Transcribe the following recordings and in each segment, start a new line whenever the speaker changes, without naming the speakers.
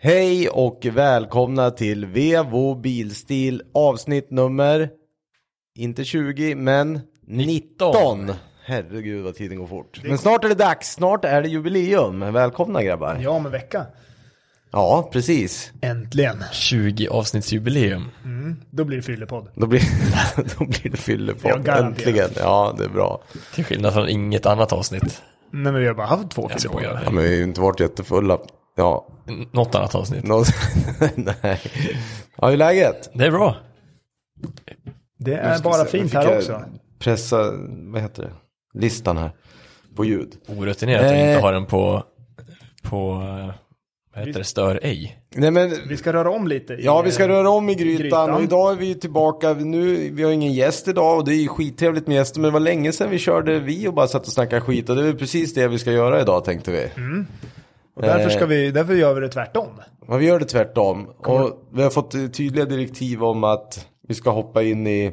Hej och välkomna till Vevo Bilstil avsnitt nummer, inte 20 men 19. Herregud vad tiden går fort. Men snart är det dags, snart är det jubileum. Välkomna grabbar.
Ja, om en vecka.
Ja, precis.
Äntligen.
20 avsnittsjubileum.
Då blir det fyllepodd.
Då blir, då blir det
Ja,
fyllepodd.
garanterat.
Äntligen. Ja, det är bra.
Till skillnad från inget annat avsnitt.
Nej, men vi har bara haft två
Jag
fyllepoddar.
Ja,
skojar.
men vi har ju inte varit jättefulla. Ja,
N- Något annat avsnitt.
nå- nej. Ja, hur är läget?
Det är bra.
Det
Nu
är
ska vi se,
bara
nu
fint
fick
här
jag
också.
Pressa, vad heter det? Listan här. På ljud.
Orutinerat att inte
Eh.
ha den på, på, eh, vad heter det, stör ej.
Nej men
Vi ska röra om lite. i-
Ja, vi ska röra om i grytan,
Eh, Grytan.
och idag är vi tillbaka. Nu, vi har ingen gäst idag och det är ju skittrevligt med gäster. Men det var länge sedan vi körde vi och bara satt och snackade skit. Och det är väl precis det vi ska göra idag tänkte vi.
Mm. Och därför, ska
eh.
vi, därför gör vi det tvärtom.
Men vi gör det tvärtom. Och vi har fått eh, tydliga direktiv om att vi ska hoppa in i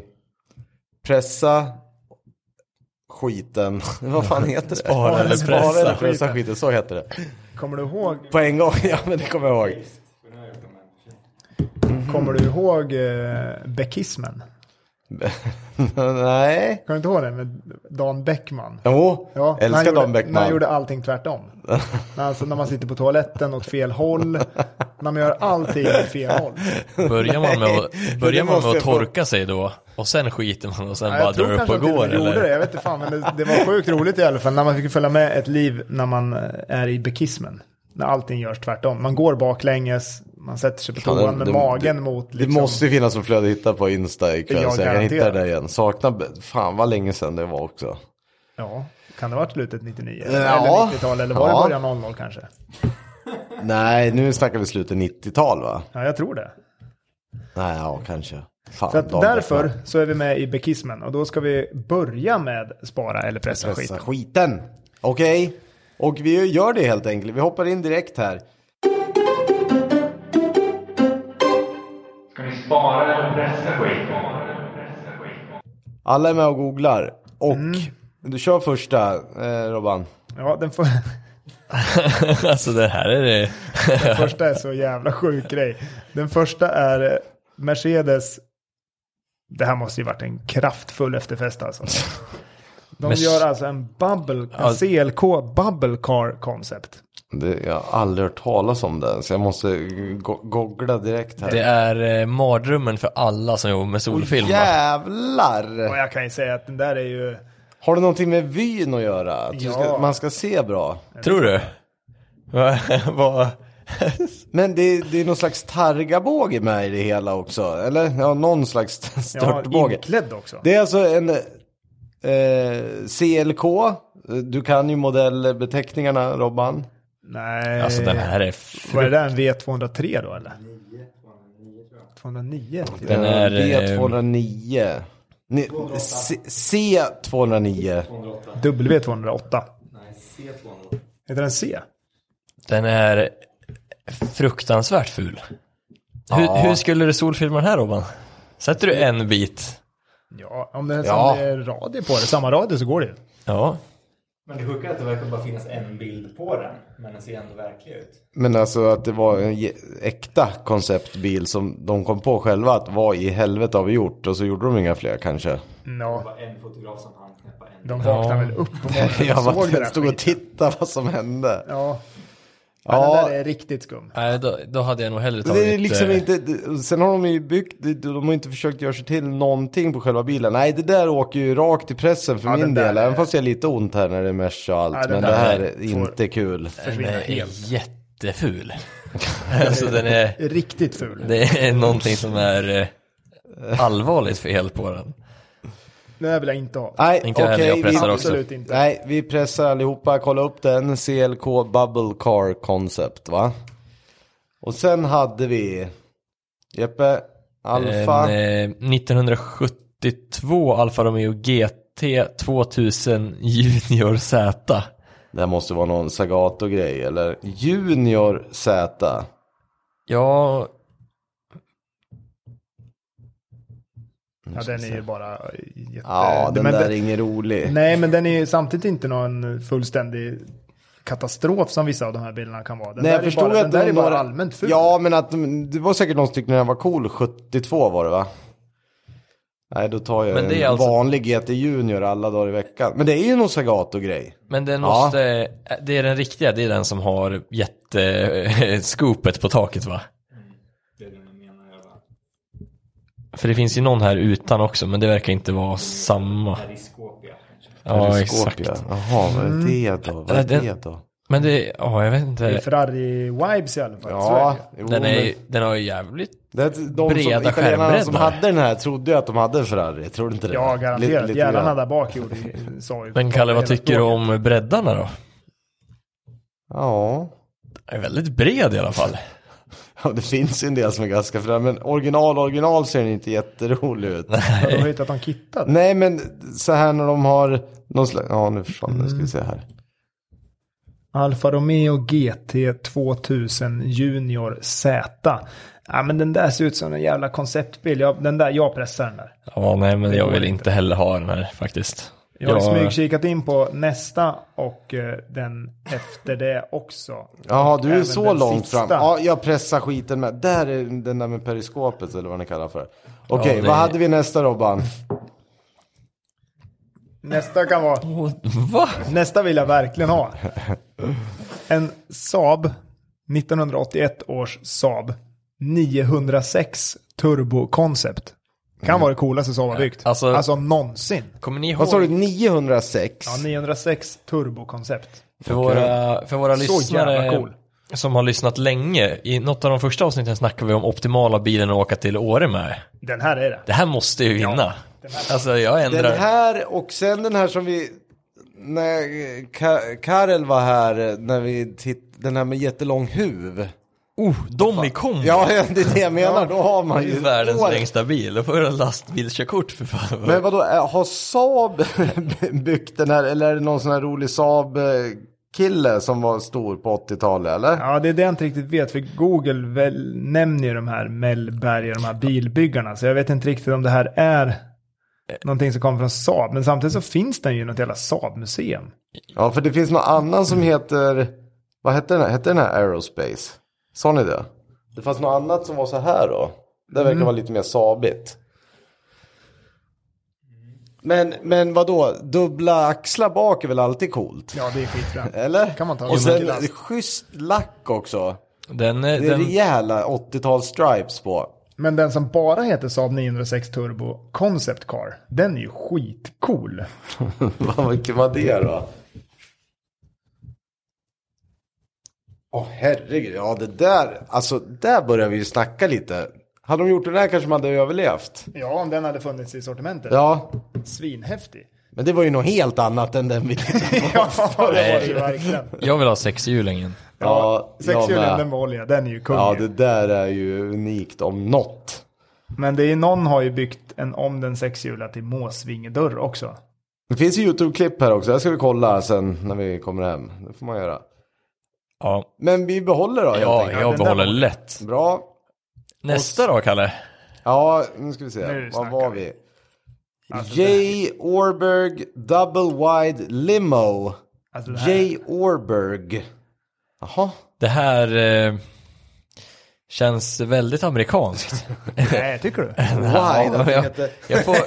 pressa skiten. Vad fan heter det?
Spara eller pressa.
eller pressa skiten, så heter det.
Kommer du ihåg,
På en gång, ja men det kommer jag ihåg. Mhm.
kommer du ihåg eh, Beckismen?
Nej.
Kan du inte ihåg det med Dan Bäckman?
Jo,
Ja, när han
älskar
gjorde-
Dan
När
Bäckman.
han gjorde allting tvärtom. alltså när man sitter på toaletten åt fel håll. När man gör allting åt fel håll.
Börjar man med att, börjar man
måste
med att
jag få-
torka sig då och sen skiter man och sen
Ja,
bara drar upp och
till och
går
med gjorde det.
eller?
Jag vet inte fan, men det, det var sjukt roligt i alla fall. När man fick följa med ett liv när man eh, är i bekismen. När allting görs tvärtom. Man går baklänges, man sätter sig på
Fan,
toan
det-
med
det-
magen mot...
Det
Liksom,
måste ju finnas en flöde att hitta på Insta ikväll
Ja,
så jag kan hitta det
garanterat.
där igen. Saknar, fan vad länge sedan det var också.
Ja, kan det ha varit slutet 99?
Ja.
Eller 90-tal? Eller var
Ja.
det början 00 kanske?
Nej, nu snackar vi slutet 90-tal va?
Ja, jag tror det.
Nej, ja kanske. Fan,
Så att
Dan
därför
Bäckman.
så är vi med i bekismen. Och då ska vi börja med spara eller pressa skit.
Pressa skiten. Okej, och vi gör det helt enkelt. Vi hoppar in direkt här.
Ska ni spara eller pressa skiten?
Alla är med och googlar. Och
Mm.
du kör första, eh, Robban.
Ja, den, för,
alltså det här är det.
den första är så jävla sjuk grej. Den första är eh, Mercedes. Det här måste ju varit en kraftfull efterfest alltså. De
Merce-
gör alltså en bubble, en CLK bubble car concept.
Det, jag har aldrig hört talas om den, så jag måste go- googla direkt här.
Det är eh, mardrömmen för alla som jobbar med solfilm. va?
Jävlar!
Och jag kan ju säga att den där är ju,
Har det någonting med vyn att göra? Att du ska,
Ja.
man ska se bra?
Tror du? Vad?
Men det, det är någon slags targabåge med i det hela också, eller? Ja, någon slags
ja,
störtbåge.
inklädd också.
det är alltså en eh, CLK. Du kan ju modellbeteckningarna, Robban.
Nej,
Alltså
Eh,
den här är fru-
vad är det där, en V203 då eller? 209?
Den är, eh,
B209. Ni, C, C209.
W208. Nej, C208. Heter den C?
Den är fruktansvärt ful. Hur, hur skulle du solfilma den här Robban? Sätter du
Mm.
en bit?
Ja, om det är,
Ja.
om det är radio på det, samma radio så går det ju.
Ja.
Men det sjuka är att det verkar bara finnas en bild på den, men den ser ändå verklig ut.
Men alltså att det var en ge- äkta konceptbil som de kom på själva att vad i helvete har vi gjort? Och så gjorde de inga fler kanske.
Det
Ja,
var en fotograf som hann knäppa en.
de vaknade väl upp på morgonen
Jag
och såg det
var,
där
stod och
skiten.
tittade vad som hände.
Ja, ja.
Ja.
den där är riktigt skum.
Nej, då, då hade jag nog hellre tagit...
Det är liksom
eh,
inte, det- sen har de ju byggt, det- de har inte försökt göra sig till någonting på själva bilen. Nej, det där åker ju rakt i pressen för
Ja,
min
den där
del.
är-
Även fast jag är lite ont här när det är mesh och allt.
Ja, den
men
där
det här
är-
är inte kul.
Den
försvinna
är
helt.
jätteful. alltså den är...
Riktigt ful.
Det är någonting som är eh, allvarligt fel på den.
Den där vill jag inte ha.
Nej,
Inte heller,
okej,
jag pressar
vi,
också.
Absolut inte.
Nej, vi pressar allihopa. Kolla upp den. CLK Bubble Car Concept, va? Och sen hade vi Jeppe, Alfa.
En, eh, 1972 Alfa Romeo GT 2000 Junior Z.
Det här måste vara någon Sagato-grej. Eller Junior Z.
Ja,
Ja, den är ju bara jätte...
Ja, den
Eh, men
där
den-
är ingen rolig.
Nej, men den är ju samtidigt inte någon fullständig katastrof som vissa av de här bilarna kan vara.
Nej,
Den där
jag
är
förstod
bara,
att
den där är
några...
bara allmänt ful.
Ja, men att de- det var säkert någon som tyckte den här var cool. 72 var det va? Nej, då tar jag
Men det är
en
alltså-
vanlig GT Junior alla dagar i veckan. Men det är ju någon Sagato-grej.
Men den
Ja.
måste, det är den riktiga, det är den som har jätteskopet på taket va?
Det är det jag menar. Jag bara,
För det finns ju någon här utan också, men det verkar inte vara samma.
periskopia kanske.
Ja,
Periskop,
exakt.
ja. Jaha, vad
Mm.
är det då? Vad är
Den-
det då?
Men det, ja jag vet
Det är
inte.
Ferrari-vibes i alla fall. Så är
Ja,
det ju.
jo,
Den, är,
men-
ju- den har ju jävligt,
Det är de som,
breda
italienarna
skärmbreddar.
som hade den här trodde ju att de hade en Ferrari, tror du inte det?
Ja, garanterat.
Lite- lite
Hjärnan
grann.
där bak gjorde ju- sa ju...
men Kalle vad tycker du om breddarna då?
Ja.
Den är väldigt bred i alla fall.
ja, det finns ju en del som är ganska fram, men original, original ser den inte jätterolig ut.
De har hittat en kittad.
Nej, men så här när de har någon slags, ja nu försvann den, ska vi se här.
Alfa Romeo GT 2000 Junior Z. Ja, men den där ser ut som en jävla konceptbil. Jag, den där, jag pressar den där.
Ja, nej men jag
går
vill
inte.
inte heller ha den här faktiskt.
Jag har
Ja.
smygkikat in på nästa och eh, den efter det också.
Jaha, du är
Även
så
den
långt
sista.
fram. Ja, jag pressar skiten med. Där är den där med periskopet eller vad ni kallar för. Okej,
det-
vad hade vi nästa Robban?
Nästa kan vara...
Åh, Va?
Nästa vill jag verkligen ha. En Saab 1981 års Saab 906 Turbo Concept. Kan vara det coolaste Saab har byggt.
Alltså-
Alltså, någonsin.
Kommer ni
Vad sa du,
ihåg?
906?
Ja, 906 Turbo Concept.
För våra, för våra
Så
lyssnare
jävla cool.
som har lyssnat länge, i något av de första avsnitten snackade vi om optimala bilen att åka till Åre med.
Den här är det.
Det här måste ju vinna. Alltså jag ändrar.
Den här och sen den här som vi... När Ka- Karel var här, när vi titt, den här med jättelång huv.
Oh, de i kombo!
Ja, det är det jag menar. Då har man
Det är
ju...
världens
Åh,
längsta bil, då får du lastbilskörkort för fan.
Men vadå, är- har Saab byggt den här eller är det någon sån här rolig Saab-kille som var stor på 80-talet eller?
Ja, det är det jag inte riktigt vet. För Google väl, nämner ju de här Mellberg och de här bilbyggarna. Så jag vet inte riktigt om det här är någonting som kommer från Saab. Men samtidigt så finns den ju i något jävla Saab-museum.
Ja, för det finns någon annan som heter... Vad hette den här? Hette den här Aerospace? Sa ni det? Det fanns något annat som var så här då. Det
Mm.
verkar vara lite mer sabigt. Men, men vadå, dubbla axlar bak är väl alltid coolt?
Ja, det är skitfränt.
Eller?
Kan man ta. Jo,
Och
men-
sen schysst lack också.
Den, eh,
Det är
den,
rejäla 80-tal stripes på.
Men den som bara heter Saab 906 Turbo Concept Car, den är ju skitcool.
Vad mycket var det då? Åh herregud, ja det där, alltså där börjar vi ju snacka lite. Hade de gjort den här kanske man hade överlevt.
Ja, om den hade funnits i sortimentet.
Ja,
Svinhäftig.
men det var ju något helt annat än den vi
Ja, det var det ju verkligen.
jag vill ha sexhjulingen.
Ja,
Sexhjulen,
jag
den
med.
med olja, den är ju kung.
Ja,
ju.
det där är ju unikt om något.
Men det är någon har ju byggt en om den sexhjulad till Måsvingedörr också.
Det finns ju YouTube-klipp här också, det ska vi kolla sen när vi kommer hem. Det får man göra.
Ja,
Men vi behåller då helt
ja
enkelt.
jag
den där
behåller
var-
lätt.
Bra.
Nästa då, Kalle?
Ja, nu ska vi se.
Nu
Vad
snackar
var
vi. Alltså,
vi? J. Orberg Double Wide Limo.
Alltså det här-
J. Orberg. Jaha.
Det här eh, känns väldigt amerikanskt.
Nej, tycker du?
Wide. att det
jag,
heter-
jag, får,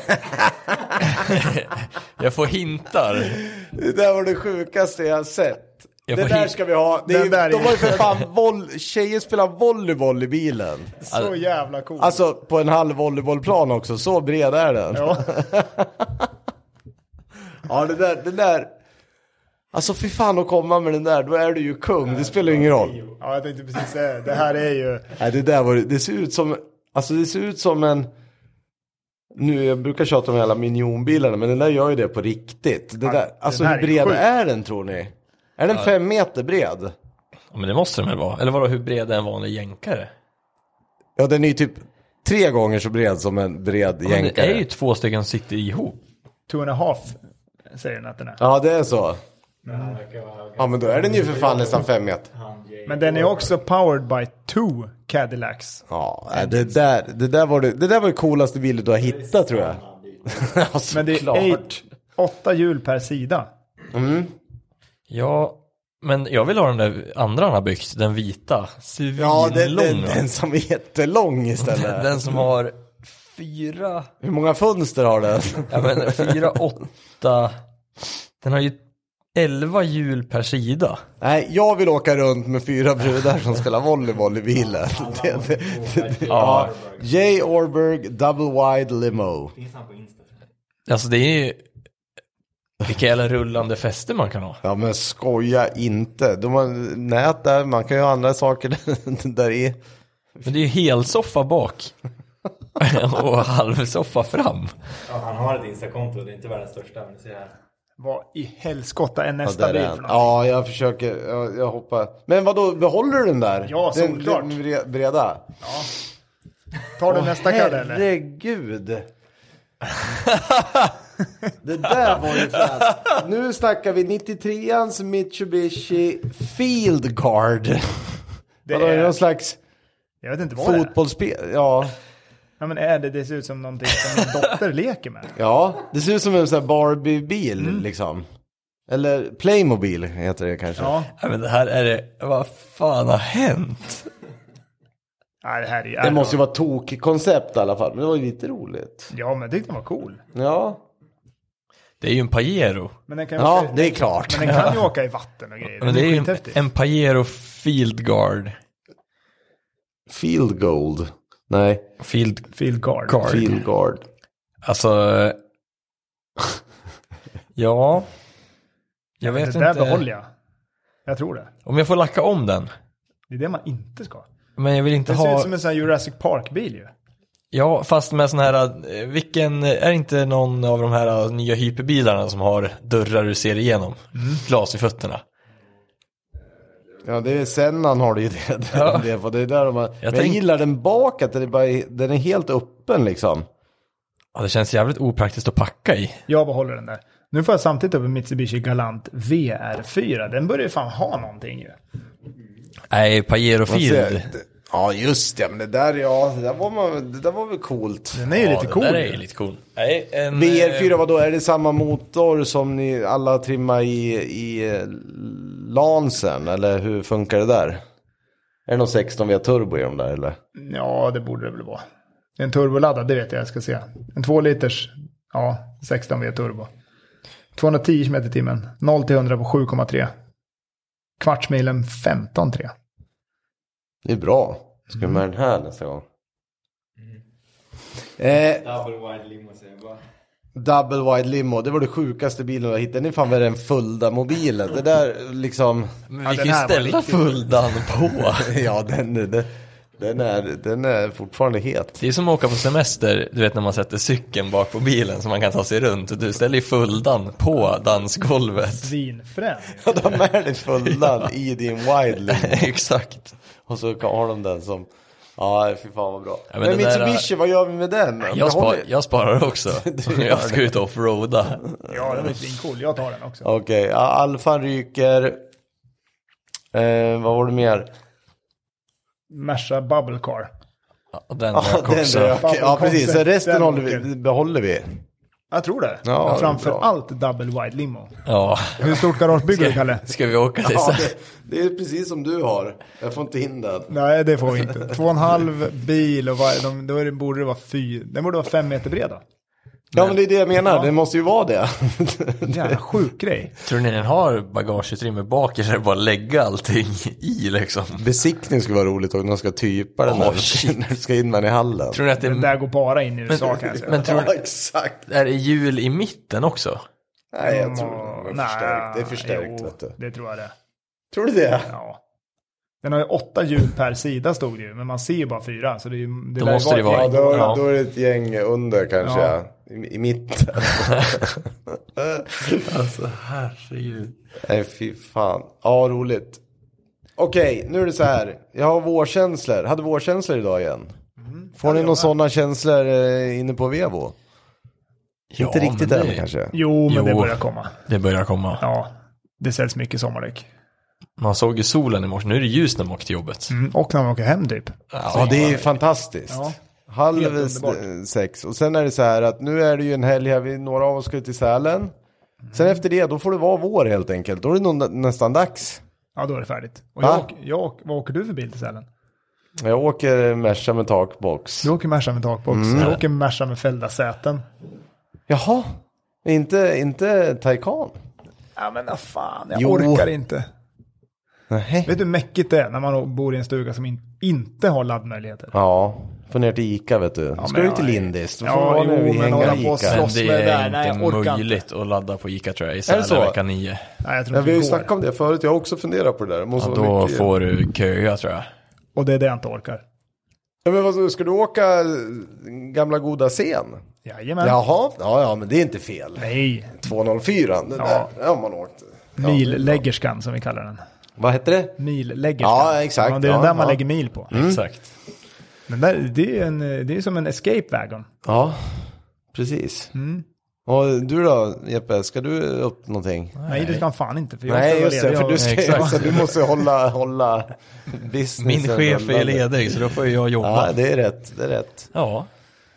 jag får hintar.
Det där var det sjukaste jag har sett.
Jag
det
får
där
hit-
ska vi ha. Det är,
Den där är-
de har ju för fan voll... Tjejer spelar volleyboll i bilen.
Så jävla cool.
Alltså på en halv volleybollplan också. Så bred är den. Ja,
ja.
det där... Det där... Alltså fy fan att komma med den där, då är du ju kung. Det spelar ju ingen roll.
ja, jag tänkte precis säga det. Det här är ju...
Nej, det där var det ser ut som, alltså det ser ut som en, nu jag brukar tjata om alla minionbilarna, men den där gör ju det på riktigt. Det där, alltså
den här
hur bred
är
är,
sjuk.
den tror ni? Är den fem meter bred?
Ja, men det måste den väl vara? Eller vadå, hur bred är en vanlig jänkare?
Ja, den är ju typ tre gånger så bred som en bred
Ja, men Det
jänkare.
är ju två stycken som sitter ihop.
Two and a half, säger den att den är.
Ja, det är så.
Men han verkar vara
Ja, men då är den ju för fan nästan fem meter.
han Jay.
Men den är också powered by two Cadillacs.
Ja, nej, det där, det där var det, det där var det coolaste bilen du har hittat tror jag. Ja,
Men det är
såklart.
eight, åtta hjul per sida.
Ja, Men jag vill ha den där andra han har byggt, den vita. Svinlång.
Ja, den, den,
va?
den som är jättelång
Den-
istället.
den som har fyra,
Hur många fönster har den?
ja men fyra, åtta, den har ju elva hjul per sida.
Nej, jag vill åka runt med fyra brudar som spelar volleyboll i bilen. Det, det, det, det. Ja. J. Orberg Double Wide Limo.
Finns han på Insta?
Alltså det är ju, vilka jävla rullande fäste man kan ha.
Ja men skoja inte. De har nät där, man kan ju ha andra saker där i.
Men det är ju helsoffa bak och halvsoffa fram.
Ja, han har ett Insta-konto. Det är inte världens största, men det ser här.
Vad i helskotta är
Ja,
nästa
där
bild
är
för
den.
något?
ja jag försöker, jag, jag hoppar. Men vad då behåller du den där?
Ja,
den,
solklart.
den bre- breda?
Tar du nästa kväll eller?
Herregud. Det där var ju fränt. Nu snackar vi 93ans Mitsubishi Field Guard.
Det
Vadå, är det
är,
någon slags
jag vet inte vad det är.
fotbollsspel? Ja.
Ja, men är det, det ser ut som någonting som min dotter leker med.
Ja, det ser ut som en sån här Barbie-bil
Mm.
liksom. Eller Playmobil heter det kanske.
Ja,
Nej, men det här är det, vad fan har hänt?
Nej, det här är ju
Det måste ju vara tokkoncept i alla fall, men det var ju lite roligt.
Ja, men jag tyckte den var cool.
Ja,
Det är ju en Pajero.
Men den kan ju
ja
åka,
det är klart.
men den kan ju åka i vatten och grejer.
Men det är ju en,
skithäftig.
en Pajero Field Guard.
Field Gold. Nej,
Field
Field guard.
Guard.
Field Guard.
Alltså, eh, ja, jag
Det
vet
där
inte.
behåller jag. Jag tror det.
Om jag får lacka om den.
Det är det man inte ska.
Men jag vill inte
Det ser ut
ha,
som en sån här Jurassic Park-bil ju.
ja fast med sån här, eh, vilken, eh, är det inte någon av de här eh, nya hyperbilarna som har dörrar du ser igenom?
Mm.
Glas i fötterna.
Ja, det är Sennan har det ju det.
Ja.
det, för det är där de har... jag, jag
tänk-
gillar den bak, att det är bara, den är helt öppen liksom.
Ja, det känns jävligt opraktiskt att packa i.
Jag behåller den där. Nu får jag samtidigt upp en Mitsubishi Galant VR4. Den börjar ju fan ha någonting ju.
Nej, Pajero
Man ser-
Field.
Ja, just det, men det där, ja, det där var, man, det där var väl coolt.
Den är ju
ja,
lite cool.
Den där är ju lite cool. Nej, en, eh,
VR4, vadå, är det samma motor som ni alla trimmar i, i eh, Lansen? Eller hur funkar det där? Är det någon 16 via turbo i dem där eller?
Ja, det borde det väl vara. En turboladdad, det vet jag jag ska se. En 2 liters, ja, 16 V turbo. 210 km i timmen, 0 till 100 på 7,3. Kvartsmilen 15,3.
Det är bra. Ska vi med den här nästa gång? Mm. Eh,
Double wide limo säger jag bara.
double wide limo, det var det sjukaste bilen jag hittade. Den är fan värre än Fulda mobilen. Det där liksom,
Men
Ja,
vi kan
den
ju
här var
ställa
riktigt-
Fuldan på.
ja den, den, den, är, den är fortfarande het.
Det är som att åka på semester, du vet när man sätter cykeln bak på bilen så man kan ta sig runt. Du ställer ju Fuldan på dansgolvet.
Svinfrän.
Ja, De är det Fuldan i din wide limo.
Exakt.
Och så har de den som, ja fy fan vad bra.
Ja, men
men
den där-
Mitsubishi, vad gör vi med den?
Jag, spar,
Behåller-
jag sparar också. Jag ska ut och offroada.
Ja, den är svincool. Jag tar den också.
Okej, ja, Alfan ryker. Eh, vad var det mer?
Merca Bubble Car.
Ja, Den
Ja,
rök
den
också.
röker. Ja, precis. Så resten
Den
håller vi,
åker.
behåller vi.
Jag tror det.
Ja, det
Ja,
är
framför
bra.
allt Double Wide Limo.
Ja.
Hur stort garage bygger du, Kalle?
Ska vi åka till
Ja,
ja.
det, det är precis som du har. Jag får inte in den.
Nej, det får vi inte. Två och en halv bil och var, de, då är det, borde det vara fyra. Den borde vara fem meter bred då.
Ja, men det är det jag menar. Det måste ju vara det.
Jävla sjuk grej.
Tror ni den har bagageutrymme bak eller är det bara att lägga allting i liksom?
Besiktning skulle vara roligt och de ska typa den
Åh,
där. När du ska in den i hallen.
Tror ni att det
Den
är,
där går bara in i USA kan jag säga.
men tror
Ja,
ni,
exakt.
är det hjul i mitten också?
Nej, jag tror det är förstärkt. Det är förstärkt,
jo,
vet du.
Det tror jag det.
Tror du det?
Ja. Den har ju åtta hjul per sida stod det ju, men man ser ju bara fyra. Så det, är ju- det
Då
lär ju
måste det
ett
vara-
Ja,
gäng.
då,
Ja.
då är det ett gäng under kanske.
Ja.
I, I mitten.
Alltså herregud.
Nej, fy fan. Ja, roligt. Okej, nu är det så här. Jag har vårkänslor. Hade vårkänslor idag igen.
Mm-hmm.
Får ni några sådana känslor eh, inne på Vevo?
Ja,
Inte riktigt
men
än
det-
kanske.
Jo, men det
Jo.
börjar komma.
Det börjar komma.
Ja, det säljs mycket sommardäck.
Man såg ju solen i morse, nu är det ljus när man åker till jobbet.
Mm, och när man åker hem typ.
Ja, det är ju fantastiskt.
Ja.
Halv
Helt underbart.
s- sex. Och sen är det så här att nu är det ju en helg här. Vi, några
Mm.
av oss ska ut till Sälen. Sen efter det, då får det vara vår helt enkelt. Då är det nog nä- nästan dags.
Ja, då är det färdigt. Och
Va?
jag, åker- jag, åker- vad åker du för bil till Sälen?
Jag åker Merca med takbox.
Du åker Merca med takbox.
Mm.
Jag åker Merca med fällda säten.
Jaha, inte, inte Taycan?
Ja, men vad fan, jag
Jo.
orkar inte.
Nej.
Vet du hur mäckigt det är när man bor i en stuga som in, inte har laddmöjligheter?
Ja, får ner till Ica vet du. Ska
men
du till
ja,
Lindis, då får
ja,
ja,
jo,
nu
men hålla
hänga
på
Ica.
och slå.
Slå.
Men
Slåss
det
med det
är
där. Nej, jag
inte
orkar
möjligt att ladda på Ica tror jag, i
så?
Sälen vecka 9.
Nej, jag tror
Ja,
inte
vi har
det
ju
går.
snackat om det förut, jag har också funderat på det där. Måste
Ja,
vara
då
mycket-
får du köa tror jag.
Och det är det jag inte orkar.
ja, men vad, ska du åka eh, gamla goda scen?
Jajamän.
Jaha, ja, ja men det är inte fel.
Nej,
204, det
Ja.
där har man åkt. Ja,
milläggerskan som vi kallar den.
Vad hette det?
Milläggerskan.
Ja, exakt.
det är
Ja,
den där man
ja. Mm.
lägger mil på.
Exakt.
Men där, det, är en, det är som en escape wagon.
Ja, precis.
Mm.
Och du då Jeppe, ska du upp någonting?
Nej, det ska man fan inte. För jag
Nej
ska vara
just det,
ledig.
för du,
Jag-
ska,
Exakt.
så du måste hålla, hålla businessen
Min chef är
rullande.
ledig så då får jag jobba.
Ja, det är rätt, det är rätt.
Ja.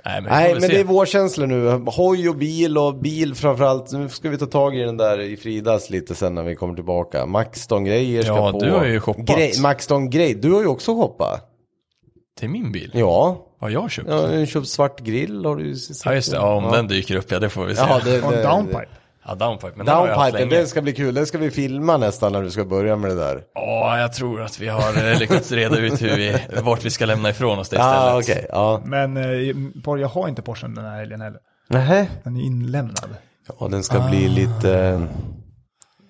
Nej men,
Nej,
Nej,
men det är vårkänslor nu. Hoj och bil och bil framförallt. Nu ska vi ta tag i den där i Fridas lite sen när vi kommer tillbaka. MaxTon-grejer ska
Ja,
på.
du har ju shoppat.
Grej, MaxTon-grej. Du har ju också shoppat.
Till min bil?
Ja.
Har jag köpt?
ja en köpt svart grill har du ju sett.
Ja just det, ja, om den dyker upp ja det får vi se.
Ja, det,
Och en
det,
downpipe.
Ja, downpipe, men den har jag haft
Downpipe,
länge.
det ska bli kul. Det ska vi filma nästan när du ska börja med det där.
Ja, jag tror att vi har eh, lyckats reda ut hur vi, vart vi ska lämna ifrån oss det istället.
ah, okej. Ja.
Men eh, Por- jag har inte Porschen den här helgen heller.
Nähä.
Den är inlämnad.
Ja, den ska
Ah.
bli lite...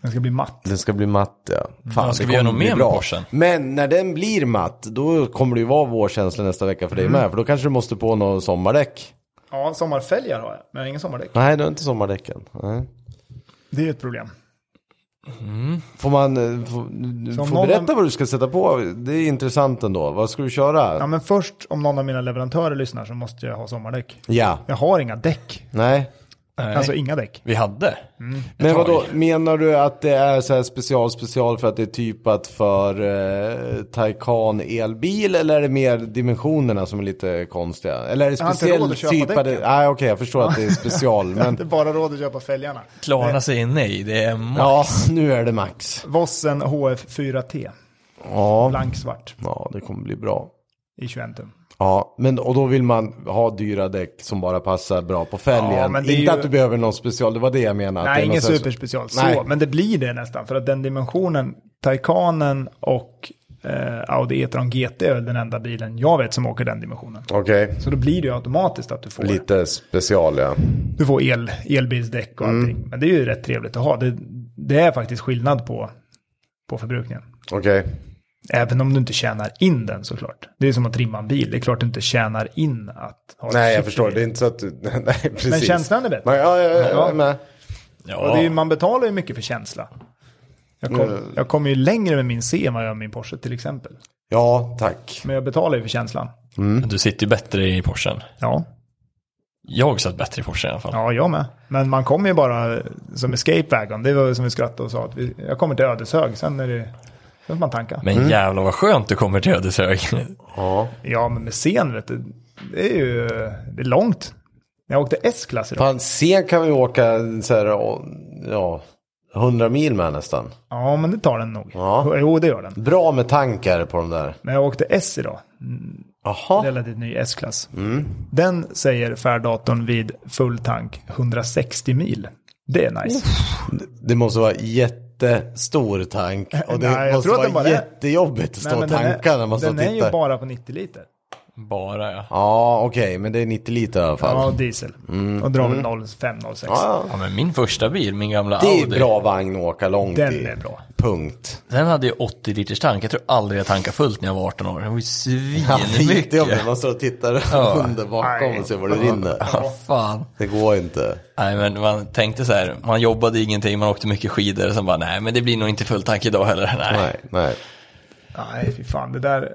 Den ska bli matt.
Den ska bli matt ja. Fan,
Ja, ska
det
vi göra
kommer
något
bli
mer med
bra.
Porschen?
Men när den blir matt, då kommer det ju vara vårkänsla nästa vecka för dig
Mm.
med. För då kanske du måste på någon sommardäck.
Ja, sommarfälgar har jag, men jag har ingen sommardäck.
Nej, du har inte sommardäcken. Nej.
Det är ju ett problem.
Får man, eh, får, du
Så om
får
någon-
berätta vad du ska sätta på. Det är intressant ändå. Vad ska du köra?
Ja, men först om någon av mina leverantörer lyssnar så måste jag ha sommardäck.
Ja.
Jag har inga däck.
Nej.
Nej,
Alltså inga däck.
vi hade.
Men
tag.
vadå, menar du att det är så här special special för att det är typat för eh, Taycan elbil eller är det mer dimensionerna som är lite konstiga? Eller är det
Jag har inte råd att
speciellt
köpa
typade?
däcken.
Nej okej, jag förstår att det är special men
Det är bara råd att köpa fälgarna.
Klarna säger nej, det är max.
ja, nu är det max.
Vossen HF4T.
Ja.
Blanksvart
ja, det kommer bli bra.
i 21 tum.
Ja, men och då vill man ha dyra däck som bara passar bra på fälgen.
Ja, men det är
Inte
ju-
att du behöver någon special, det var det jag menade. att det
Nej,
är
ingen
någon sån här-
superspecial så,
Nej.
men det blir det nästan. För att den dimensionen, Taycanen och eh, Audi E-tron GT är väl den enda bilen jag vet som åker den dimensionen.
Okej,
Så då blir det ju automatiskt att du får,
lite special ja.
du får el, elbilsdäck
Mm.
och allting. Men det är ju rätt trevligt att ha. Det, det är faktiskt skillnad på, på förbrukningen.
Okej.
Även om du inte tjänar in den såklart. Det är som att trimma en bil. Det är klart du inte tjänar in att ha
Nej, jag
cykel.
förstår. Det är inte så att du... Nej, precis.
Men känslan är bättre.
Men, ja, ja, ja, ja.
Ja.
Men,
Och det är ju,
Ja,
man betalar ju mycket för känsla. Jag, kom,
Mm.
jag kommer ju längre med min C än vad jag gör med min Porsche till exempel.
ja, tack.
Men jag betalar ju för känslan.
men du sitter ju bättre i Porschen.
Ja,
Jag satt bättre i Porschen i alla fall.
ja jag med. Men man kommer ju bara som escape wagon. Det var ju som vi skrattade och sa att vi, jag kommer till Ödeshög. Sen är det sen får man tanka.
Men
Mm.
jävlar vad skönt du kommer till Ödeshög.
Ja.
Ja, men med C'n vet du. Det är ju det är långt. Jag åkte S-klass idag.
Fan, sen kan vi åka så här, å- ja, 100 mil med nästan.
Ja, men det tar den nog.
Ja.
Jo, det gör den.
Bra med tankar på de där.
Men jag åkte S idag.
Jaha.
relativt ny S-klass.
Mm.
Den säger färddatorn vid full tank 160 mil. Det är nice.
Det måste vara jättestor tank. Och det
Nej, jag
måste
tror att den
vara
bara är-
jättejobbigt att stå och tanka när man står
den
och
är ju
tittar.
bara på 90 liter.
Bara ja.
Ja, okej, men det är 90 liter i alla fall.
Ja, diesel. Och drar väl 05-06.
Mm. Ja,
Ja men min första bil, min gamla
Det är
Audi.
bra vagn att åka långt
Den
i.
är bra.
Punkt.
Den hade ju 80 liters tank. Jag tror aldrig jag tankade fullt när jag var 18 år. Den var ju
Ja, det är
svinmycket.
jättejobbigt. Man står och tittar under bakom
Nej.
och ser vad det rinner.
Ja, fan.
Det går inte.
Nej men man tänkte så här, man jobbade ingenting, man åkte mycket skidor och sen bara nej men det blir nog inte full tank idag heller. Nej.
Nej, nej.
Nej, fy fan. Det där...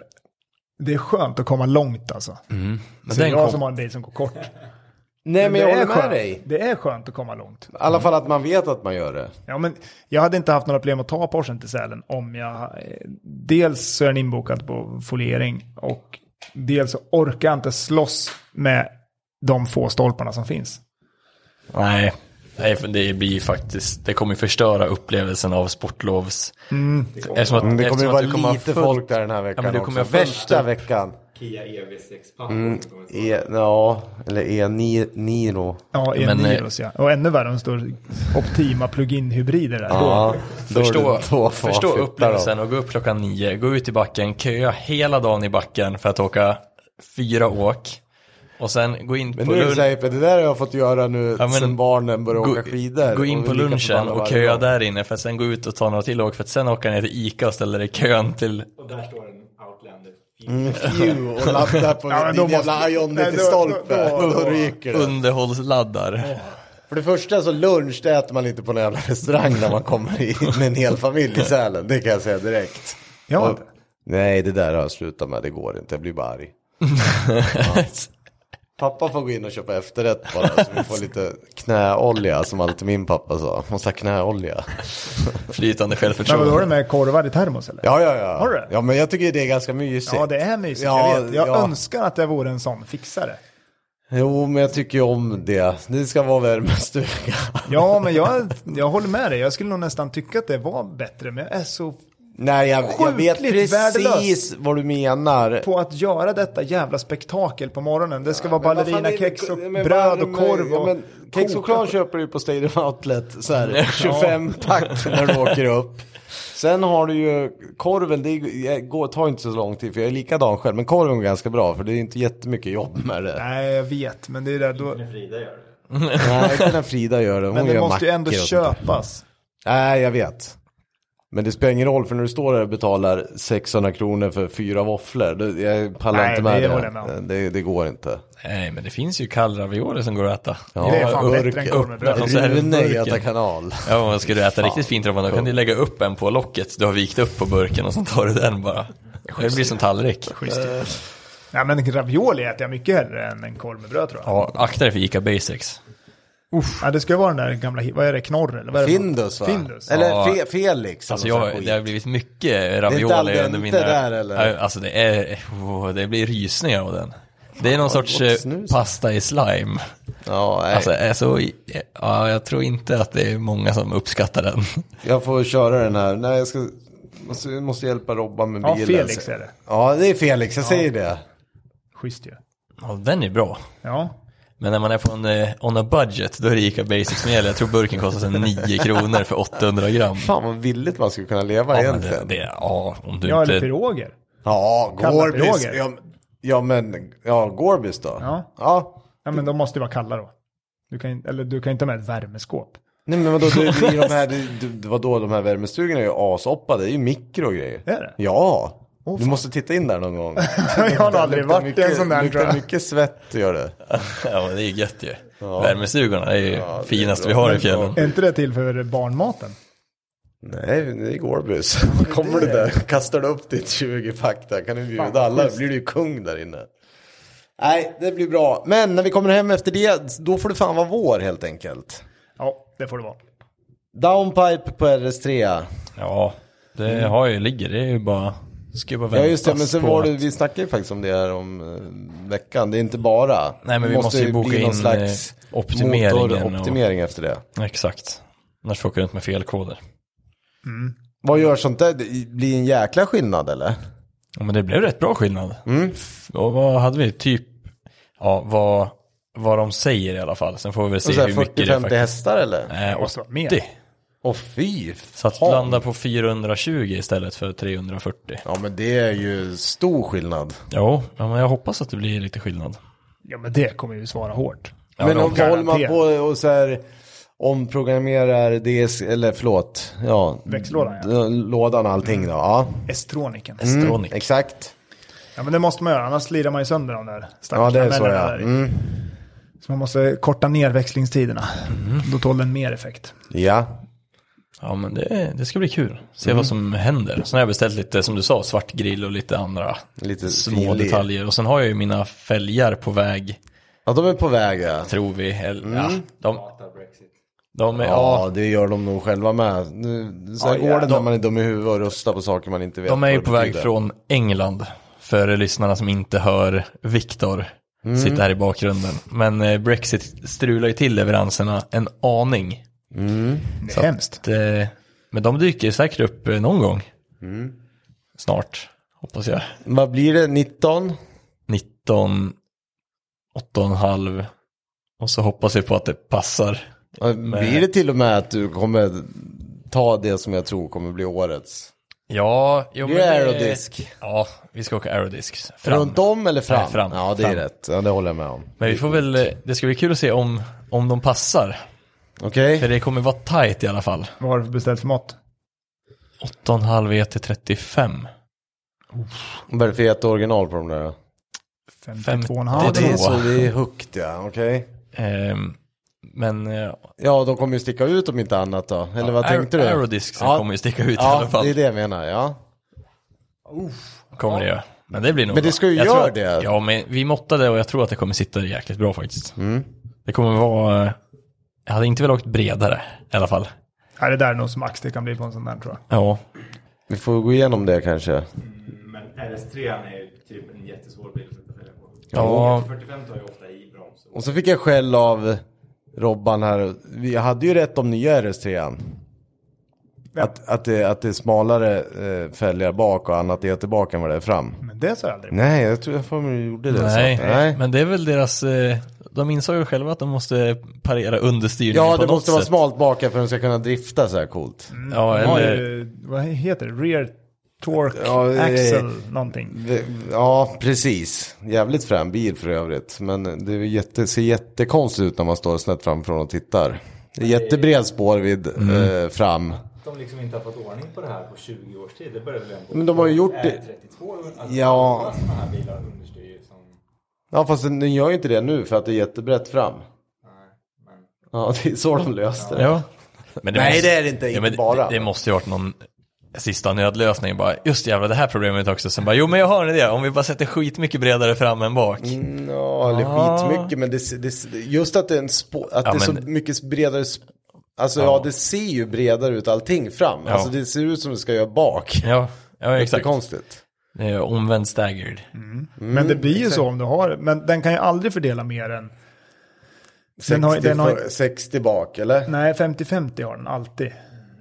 Det är skönt att komma långt alltså.
Mm.
men
Så
den
jag
kom,
som har en bil som går kort. Nej,
Nej, men jag håller med
skönt.
dig. I
Det är skönt att komma långt.
alla fall att man vet att man gör det.
Ja, men jag hade inte haft några problem att ta Porschen till Sälen om jag... eh, Dels så är den inbokad på foliering och dels så orkar jag inte slåss med de få stolparna som finns.
Nej, Nej, för det blir ju faktiskt, det kommer ju förstöra upplevelsen av sportlovs. Eftersom att,
Men Mm, det kommer
eftersom
ju
att
vara
du kommer ha
lite
fullt-
folk där den här
Ja,
veckan
men du
också.
kommer ha fullt
Värsta
upp.
veckan.
Kia E EV6-papper. kommer att
E, ja, eller E-Niro.
Ja, en
Men, eh,
Niros ja. Och ännu värre om det står Optima plug-in-hybrider där.
Ja, då är
Förstå,
det- då får man
förstå
flytta dem.
upplevelsen och gå upp klockan nio, gå ut i backen, köa hela dagen i backen för att åka fyra åk. Och sen gå in
Men
på
nu är det,
lunch.
så här, det där har jag fått göra nu
Ja, men-
sen barnen började
Gå,
åka skidor.
gå in
Och
på
vi är lika
lunchen
förbannade
och
varje
köa
dag.
där inne för att sen gå ut och ta några till åk för att sen åka ner till Ica och ställa dig i kön till
Och där står en Outlander.
Mm, Phew, och laddar på
Ja, men då
din jävla
måste-
Ion
Nej,
till
då-
stolpe.
då- då-
Då ryker det.
underhållsladdar.
För det första så lunch det äter man inte på någon jävla restaurang när man kommer i, med en hel familj i Sälen. Det kan jag säga direkt.
Ja,
Och- nej, det där har jag slutat med. Det går inte. Jag blir bara arg. Pappa får gå in och köpa efterrätt bara så vi får lite knäolja som alltid min pappa sa. Måste ha knäolja.
Flytande
Men vadå, har du
självförtroende.
med korvar i termos eller?
Ja, ja, ja.
Har du det?
Ja, men jag tycker det är ganska mysigt.
Ja, det är mysigt.
Ja,
jag vet. jag
ja.
önskar att jag vore en sån fixare.
Jo, men jag tycker ju om det. Det ska vara värmestuga.
Ja, men jag, jag håller med dig. Jag skulle nog nästan tycka att det var bättre, men jag är så
Nej, jag, jag vet precis
Sjukligt värdelöst.
vad du menar.
på att göra detta jävla spektakel på morgonen. Det ska vara
Men vad fan är det-
ballerinakex och
men
bröd och
varm-
korv
ja,
och...
men Kex och choklad köper du ju på Stadium Outlet, så här, 25 pack när du åker upp. Sen har du ju korven, det är- går, tar inte så lång tid för jag är likadan själv. Men korven går ganska bra för det är inte jättemycket jobb med det.
Nej, jag vet, men det är där då...
När Frida gör det.
Nej, inte när Frida gör det. Hon
Men det
gör
måste ju
mackor
ändå
och sånt där.
köpas.
Nej, jag vet. Men det spelar ingen roll för när du står där och betalar 600 kronor för fyra våfflor. det- Jag pallar
Nej,
inte
det
med
håller
det.
jag med om.
det. Det går inte.
Nej, men det finns ju kall ravioli som går att äta.
Ja, alltså,
Det är fan
burk-
bättre än korv med bröd.
öppna Rune i Göta kanal.
Ja, men ska du äta riktigt fint ravioli, då kan du lägga upp en på locket. Du har vikt upp på burken och så tar du den bara. Det blir som tallrik.
Nej, men ravioli äter jag mycket hellre än en korv med bröd tror jag.
Ja, akta dig för Ica Basics.
Uff. Ja, det ska ju vara den där gamla, vad är det, knorr eller vad är det?
Findus va?
Findus.
Eller
Ja.
fe- Felix.
Alltså
eller något
jag,
sånt
det har
skit.
blivit mycket
inte al
ravioli
dente
under mina...
där, eller?
Ja, Alltså det är... Oh, det blir rysningar av den. Det är någon sorts
gott
eh,
snus.
pasta i slime.
Ja, nej.
Alltså, är så, ja, jag tror inte att det är många som uppskattar den.
Jag får köra den här. Nej, jag ska... Måste, jag måste hjälpa Robban med
Ja,
bilen.
Felix är det.
Ja, det är Felix. Jag säger det.
Schysst ju.
Ja, den är bra.
Ja.
Men när man är på en eh, on a budget, då är det Ica Basics som gäller. Jag tror burken kostar sen 9 kronor för 800 gram.
Fan vad villigt man skulle kunna leva
Ja, men det,
egentligen.
det, ja om du
Ja, eller
inte...
piroger.
Ja,
Kalla
Gorbis.
piroger.
Ja, men- ja, men ja, Gorbis då.
Ja.
ja.
Ja, men de måste ju vara kalla då. Du kan, ju- eller du kan ju inte ha med ett värmeskåp.
Nej men vadå, det, det, är de här, det, det, vadå, de här värmestugorna är ju asoppade, det är ju mikro och grejer.
Är det?
Ja. du måste titta in där någon gång.
Jag har nog aldrig
Luktar
varit i en sån där
luktar
tror jag.
mycket svett gör det.
Ja, men det är ju gött ju. Värmestugorna är ju
det är
finast
bra.
vi har i fjällen.
Är inte det till för barnmaten?
Nej, det är Gorbis. Kommer du där, kastar du upp ditt 20-pack där, kan du bjuda alla, då blir du ju kung där inne. Nej, det blir bra. Men när vi kommer hem efter det, då får det fan vara vår helt enkelt.
Ja, det får det vara.
Downpipe på RS3.
Ja, det har ju, ligger, det är ju bara... Ska ju bara
Ja just det,
väntas
men sen
på
var
att-
det, vi snackade ju faktiskt om det här om eh, veckan. Det är inte bara.
Nej, men vi måste ju boka
bli någon
in,
slags
eh, optimeringen och-
motoroptimering efter det.
Exakt. Annars får jag åka runt med fel koder.
Vad gör sånt där? Det blir en jäkla skillnad eller?
Ja, men det blev rätt bra skillnad.
Mm.
Och vad hade vi? Typ, ja, vad, vad de säger i alla fall. Sen får vi väl se
Och så här
hur mycket det
40-50
faktiskt Eh,
hästar eller?
är.
måste vara mer.
80.
Åh fy
Så att
fan.
landa på 420 istället för 340.
Ja men det är ju stor skillnad.
Jo, ja, men jag hoppas att det blir lite skillnad.
Ja, men det kommer ju svara hårt.
Ja,
men
de
om, vad håller man
garanterar.
på och så här omprogrammerar DS, eller förlåt, ja.
Växellådan, ja.
d- Lådan och allting då, ja.
Estroniken.
Mm.
Estronic.
Exakt.
Ja, men det måste man göra, annars lirar man ju sönder de där
Ja det är så
männen
ja.
där.
Mm.
Så man måste korta ner växlingstiderna.
Mm.
Då tål den mer effekt.
Ja.
Ja, men det, det ska bli kul. Se vad som händer. Sen har jag beställt lite, som du sa, svart grill och lite andra
Lite
små
finlir.
detaljer. Och sen har jag ju mina fälgar på väg,
ja, de är på väg ja.
tror vi. Eller, ja, de,
Hatar Brexit.
de är, Mm. ja,
Ja, det gör de nog själva med. Nu- Så här
Ja,
går det
ja,
när
de-
man är dum i huvudet och röstar på saker man inte vet.
De är
vad
ju
det
på väg
betyder.
från England, för lyssnarna som inte hör Viktor. sitta här i bakgrunden. Men eh, Brexit strular ju till leveranserna en aning.
Det är hemskt.
Att, eh, men de dyker säkert upp eh, någon gång.
Mm.
Snart, hoppas jag.
Vad blir det? 19?
19, 8,5 och så hoppas vi på att det passar.
Ja, Blir det till och med att du kommer ta det som jag tror kommer bli årets?
Ja, jo,
Det är aerodisk.
Ja, vi ska åka aerodisks. Fram.
Runt om eller fram?
Nej, fram.
Ja, det är
Fram.
rätt. Ja, det håller jag med om.
Men vi får väl, eh, det ska bli kul att se om, om de passar.
Okej.
För det kommer vara tight i alla fall.
Vad har du för beställt för mått?
8,5 E till 35.
Vad är det för ett original på de där?
52,5.
det är så.
det är högt ja, okej.
Ehm, men eh,
Ja, de kommer ju sticka ut om inte annat då. Eller vad tänkte du?
Aerodisks
Ja.
kommer ju sticka ut i
Ja,
alla fall.
det är det jag menar, ja.
Kommer det göra. Men det blir nog
Men det
bra.
ska ju
Jag
göra
tror att,
det.
Ja, men vi måttade och jag tror att det kommer sitta jäkligt bra faktiskt.
Mm.
Det kommer vara... eh, Jag hade inte velat åkt bredare i alla fall.
Ja, det där är nog som max det kan bli på en sån där tror jag.
Ja,
Vi får gå igenom det kanske.
Men RS3 är ju typ en jättesvår bil att sätta fälgar på.
Ja.
45 tar ju ofta i broms.
Och så fick jag skäll av Robban här. Jag hade ju rätt om nya RS3.
Ja.
Att, att, det, att det är smalare eh, fälgar bak och annat är tillbaka än vad det är fram.
Men det sa jag aldrig.
Nej, jag tror jag för mig gjorde det.
nej,
Så. nej.
Men det är väl deras... eh, De insåg ju själva att de måste parera understyrningen
Ja,
på
det
något
måste vara
sätt.
smalt bak här för att de ska kunna drifta så här coolt.
Ja,
De har
eller...
ju, vad heter det? Rear Torque
Ja, det-
Axel någonting.
V- Ja, precis. Jävligt frän bil för övrigt. Men det är ju jätte, ser jättekonstigt ut när man står snett framför och tittar. Det är jättebred spårvidd
Mm.
eh, fram.
Att de liksom inte har fått ordning på det här på 20 års tid. Det börjar väl ändå...
Men de har ju gjort det-
R32, alltså
Ja.
alla sådana här bilar understyr ju som...
Ja, fast den den gör ju inte det nu för att det är jättebrett fram.
Nej, men...
Ja, det är så de löste det.
Ja. Men
Nej, det är det inte,
Ja,
inte
men det-
bara.
Det, det måste ju varit någon sista nödlösning bara. Just jävla det här problemet också. Sen bara, jo men jag har en idé. Om vi bara sätter skitmycket bredare fram än bak.
Mm, Ja, eller
Ja.
Ah.
skitmycket, men det, det, just att det är, en spå, att
Ja,
det är så
men-
mycket bredare. sp- Alltså ja.
Ja.
det ser ju bredare ut allting fram.
Ja.
Alltså det ser ut som det ska göra bak.
Ja, ja exakt.
Jättekonstigt.
Det är Eh, omvänd staggered.
men
Mm.
det blir ju så om du har Men den kan ju aldrig fördela mer än... Den har,
60,
den har,
för- 60 bak eller?
nej, 50-50 har den alltid.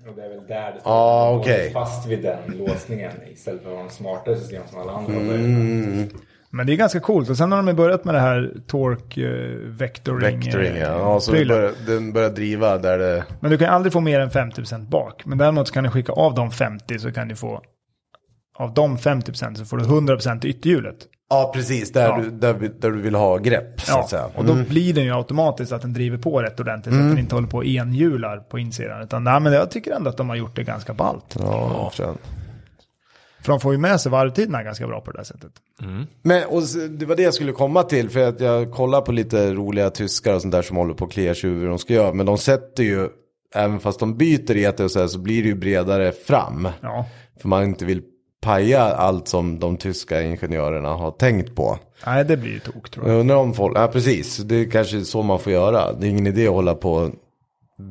Och det är väl där det står.
Ja,
att de
okej.
håller fast vid den låsningen istället för att ha en smartare system som alla andra.
Mm.
Men det är ganska coolt. Och sen har de ju börjat med det här Torque eh, Vectoring. eh,
Vectoring ja. ja så
prylen.
börjar, den börjar driva där det...
Men du kan ju aldrig få mer än 50% bak. Men däremot så kan du skicka av de 50 så kan du få... Av de 50% så får du 100% i ytterhjulet.
Ja precis, där,
Ja.
Du, där, vi- där du vill ha grepp så
Ja,
att säga. Mm.
och då blir den ju automatiskt att den driver på rätt ordentligt så att den inte håller på och enhjular på insidan. Utan nej, men jag tycker ändå att de har gjort det ganska ballt.
Ja, sen.
För de får ju med sig varvtiderna ganska bra på det där sättet.
Men och s- det var det jag skulle komma till för att jag kollar på lite roliga tyskar och sånt där som håller på och kliar sig i hur de ska göra. Men de sätter ju, även fast de byter eter och så här så blir det ju bredare fram.
Ja,
För man inte vill paja allt som de tyska ingenjörerna har tänkt på.
nej det blir ju tok tror jag.
Jag undrar om folk, ja precis, det är kanske så man får göra. Det är ingen idé att hålla på och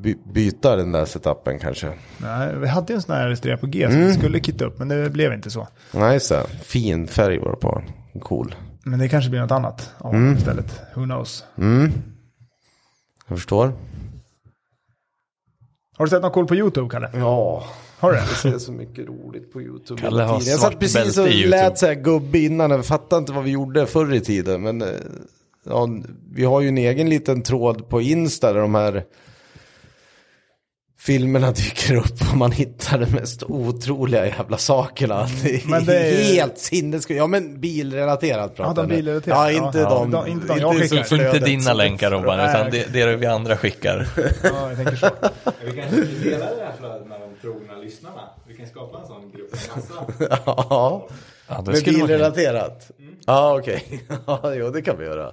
by, byta den där setupen kanske.
Nej, vi hade ju en sån här RS3 på G som vi
Mm.
skulle kitta upp men det blev inte så.
Nej, just det. Fin färg var det på. Cool.
Men det kanske blir något annat av
Mm.
istället. Who knows.
Jag förstår.
Har du sett något coolt på YouTube Kalle?
Ja.
Har du det?
Det är så mycket roligt på YouTube.
Kalle har
hela tiden. jag satt
svart
precis
bälte
och
i YouTube.
lät så här gubbe innan. Jag fattar inte vad vi gjorde förr i tiden. Men eh, ja, vi har ju en egen liten tråd på Insta där de här filmerna dyker upp och man hittar de mest otroliga jävla sakerna. Det är,
Mm. Men det är-
helt sinnessjukt. Ja men bilrelaterat pratar
de
nu.
bilrelaterade.
Ja inte
Ja,
de.
de- inte de jag skickar.
så
Inte
Inte
flödet
dina
som-
länkar Robban,
Nej,
utan
okej.
det, det är det vi andra skickar.
Ja, jag tänker så.
Vi kanske skulle dela det här flödet med de trogna lyssnarna. Vi kan skapa en sån grupp med massa.
Ja.
Ja, det
Men
skulle man kunna- Mm.
bilrelaterat? Ja, okej. Ja, jo, det kan vi göra.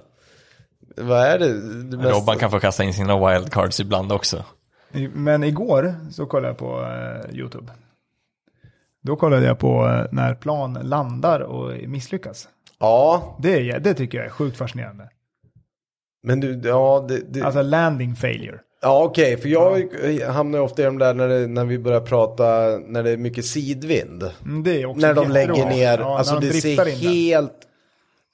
Vad är det? det mest...
Robban kan få kasta in sina wildcards ibland också.
Men igår så kollade jag på eh, YouTube. Då kollade jag på eh, när plan landar och misslyckas.
Ja,
Det, är, det tycker jag är sjukt fascinerande.
men du, ja, det, det...
Alltså landing failure.
ja okej, för jag hamnar ju ofta i de där när, det, när vi börjar prata, när det är mycket sidvind.
Mm, Det är också
När de
jätteroligt.
lägger ner,
Ja,
alltså
när de
det
driftar
ser
in den.
helt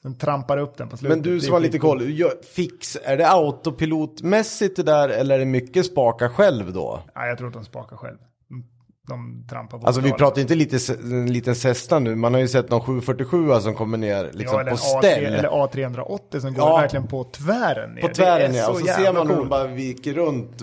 Den trampar upp den på slutet.
Men du
Det är
som har lite
skitcoolt.
koll, gör- fix, är det autopilotmässigt det där eller är det mycket spaka själv då?
Nej, jag tror att de spakar själv. Mm, De trampar på
Alltså vi
pedalen.
pratar inte lite, se- en liten Cessna nu, man har ju sett någon 747 som kommer ner liksom
ja, eller
på
en
ställ.
A3, eller A380 som går
Ja.
verkligen på tvären ner.
På tvären
Det är
ja, och så
jävla
ser man hur de
coolt.
bara viker runt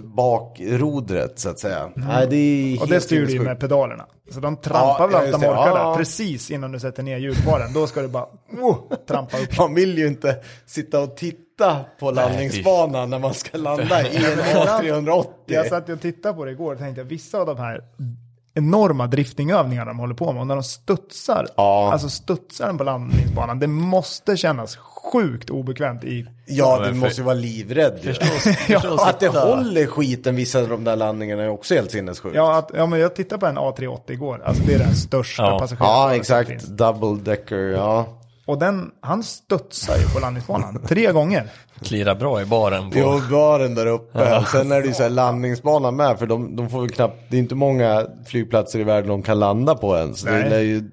bakrodret så att säga. Nej, det är
Mm. Och det
helt
styr du ju
sinnessjukt.
med pedalerna. Så de trampar
Ja,
väl allt
just
de
det.
orkar
Ja.
där. Precis innan du sätter ner ljudbaren. Då ska du bara oh, trampa upp.
Man vill ju inte sitta och titta på landningsbanan när man ska landa i en A380.
Jag satt ju och tittade på det igår och tänkte vissa av de här enorma driftingövningarna de håller på med. Och när de studsar,
Ja.
alltså studsar den på landningsbanan. Det måste kännas sjukt obekvämt i...
Ja, du måste ju vara livrädd. ju.
förstås.
Att det håller skiten vissa av de där landningarna är också helt sinnessjukt.
Ja, att, ja men jag tittade på en A380 igår. Alltså det är den största
Ja.
passagerarplanet
Ja,
som
exakt.
finns.
Double decker, ja.
Och den, han studsar ju på landningsbanan tre gånger.
Klirrar bra i baren på...
Jo, baren där uppe. Sen är det ju så här landningsbanan med, för de, de får väl knappt, det är inte många flygplatser i världen de kan landa på ens. Det
Nej.
är ju,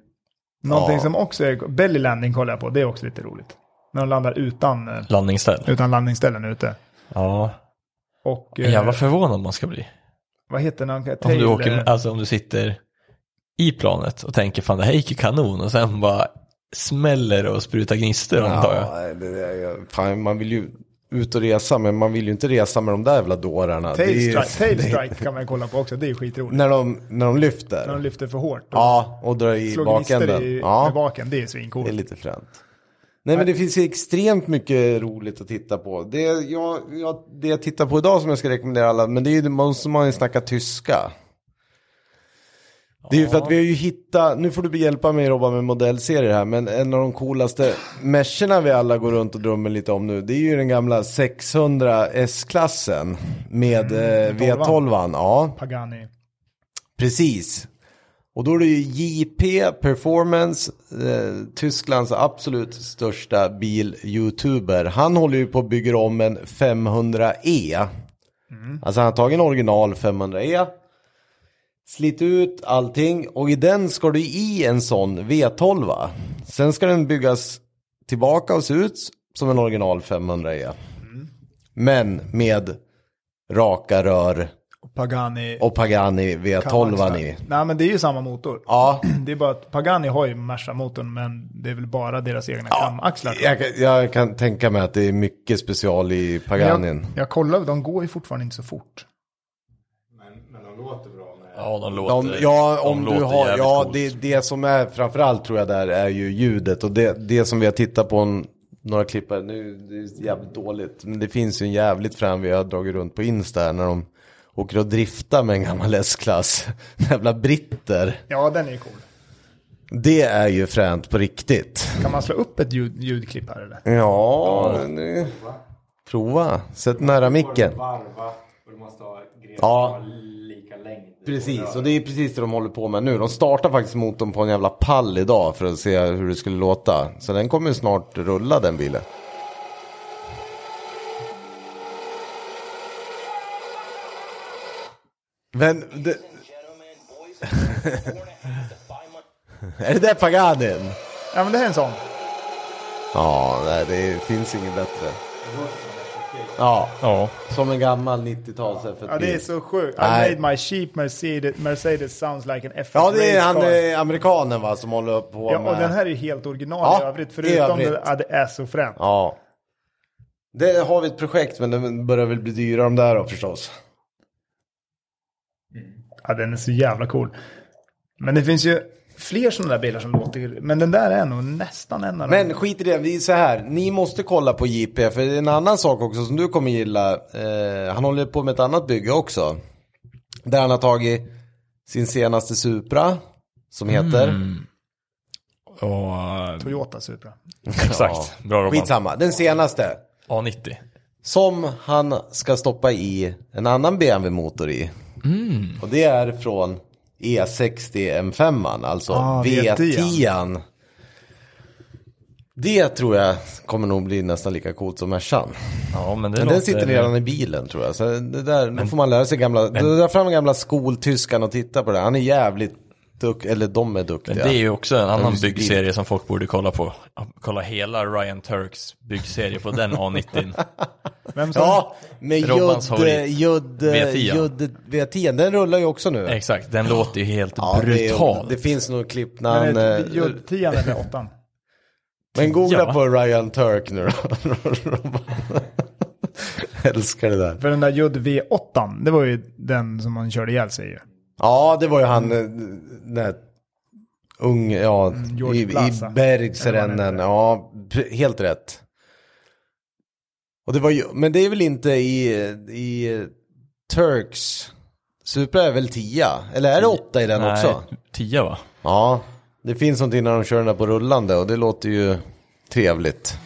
Någonting
Ja.
som också är, belly landing kollar jag på, det är också lite roligt. När de landar utan, eh,
Landningsställ.
utan landningsställen ute.
Ja.
Och eh,
Jävla förvånad man ska bli.
vad heter den? Tail,
Om du, åker,
eh,
med- alltså, om du sitter i planet och tänker fan det här gick ju kanon och sen bara smäller och sprutar gnistor antar jag.
ja, det, det, fan, man vill ju ut och resa, men man vill ju inte resa med de där jävla dårarna. Det är
tail,
ju-
strike, tail strike kan man kolla på också, det är skitroligt.
När de, när de lyfter.
När de lyfter för hårt. och
Ja, och drar i
slår gnistor
bakänden.
i, med
Ja,
baken, det är
det är
svincoolt.
lite fränt. Nej men det finns ju extremt mycket roligt att titta på. Det jag, jag, det jag tittar på idag som jag ska rekommendera alla, men det är ju, måste man ju snacka tyska. Det är ju för att vi har ju hittat, nu får du hjälpa mig Robban med modellserier här, men en av de coolaste mescherna vi alla går runt och drömmer lite om nu, det är ju den gamla 600 S-klassen med
Mm,
eh, V12. Ja.
Pagani.
Precis. Och då är det ju JP Performance, eh, Tysklands absolut största bil-youtuber. Han håller ju på och bygger om en 500E. Alltså han har tagit en original 500E, slitit ut allting och i den ska du i en sån V12. Sen ska den byggas tillbaka och se ut som en original 500E. Men med raka rör
Och Pagani.
och Pagani V12 i.
Nej men det är ju samma motor.
Ja,
Det är bara att Pagani har ju Merca-motorn men det är väl bara deras egna kamaxlar.
jag, kan- jag kan tänka mig att det är mycket special i Paganin.
jag, jag kollar, de går ju fortfarande inte så fort.
Men, men de låter bra med...
Ja, de låter,
De, ja,
de
om du
låter
har,
jävligt
ja
coolt.
det, det som är framförallt tror jag där är ju ljudet och det, det som vi har tittat på en, några klipp här nu, det är jävligt dåligt. Men det finns ju en jävligt fram vi har dragit runt på Insta här när de åker och driftar med en gammal S-klass. Jävla britter.
Ja, den är ju cool.
Det är ju fränt på riktigt.
Kan man slå upp ett ljud, ljudklipp här eller?
Ja, nu. prova. Sätt nära micken.
Varva och du måste ha grejer
Ja.
som har lika längd.
Precis, och det är precis det de håller på med nu. De startar faktiskt motorn på en jävla pall idag för att se hur det skulle låta. Så den kommer ju snart rulla den bilen. Men, det, är det där Paganin?
Ja, men det här är en sån.
Ja, nej, det finns inget bättre. Ja,
Ja.
som en gammal 90-tals
Ja, det är
F1-bil.
så sjukt. I
Nej.
made my sheep Mercedes, Mercedes sounds like an F1
Ja, det är han
race car.
eh, amerikanen va, som håller på
Ja,
med...
och den här är ju helt original
Ja,
i övrigt.
i
Förutom
övrigt.
det, ja, det är så fränt.
Ja. Det har vi ett projekt men det börjar väl bli dyra de där då förstås.
Ja, den är så jävla cool. Men det finns ju fler sådana där bilar som låter. Men den där är nog nästan en av
Men
dem.
skit i det, vi är så här. Ni måste kolla på JP för det är en annan sak också som du kommer gilla. Eh, han håller på med ett annat bygge också. Där han har tagit sin senaste Supra som heter.
Och,
Toyota Supra.
exakt. Bra Robban.
Skitsamma, den senaste.
A90.
Som han ska stoppa i en annan BMW-motor i.
Mm.
Och det är från E E60 M5, alltså
Ah,
V10. Det tror jag kommer nog bli nästan lika coolt som Mercan.
Ja, men det
Men den
låter...
sitter redan i bilen tror jag. Så det där, då får man lära sig gamla, dra fram gamla skoltyskan och titta på det. Han är jävligt Duk, eller de är
Men
duktiga.
det är ju också en annan
just det.
byggserie som folk borde kolla på. Kolla hela Ryan Turks byggserie på den A90.
Vem som,
Ja, med
Robbans
Judde,
favorit.
Judde,
V10.
Judde V10. Den rullar ju också nu.
Exakt, den låter ju helt
Ja, det, är-
brutal.
det finns nog klipp när
är
han...
det
eh,
judtian eller åttan?
Men googla
Ja.
på Ryan Turk nu då. Robban. Älskar det där.
För den där Judd V8, det var ju den som man körde ihjäl sig ju.
Ja, det var ju han, eh, den där ung, ja,
George
i,
Plaza.
i
Eller vad han
Bergsrännen.
heter.
Ja, p- helt rätt. Och det var ju, men det är väl inte i, i eh, Turks, Supra är väl 10? Eller är det 8 i den också?
tia va?
Ja, det finns någonting när de kör den där på rullande och det låter ju trevligt.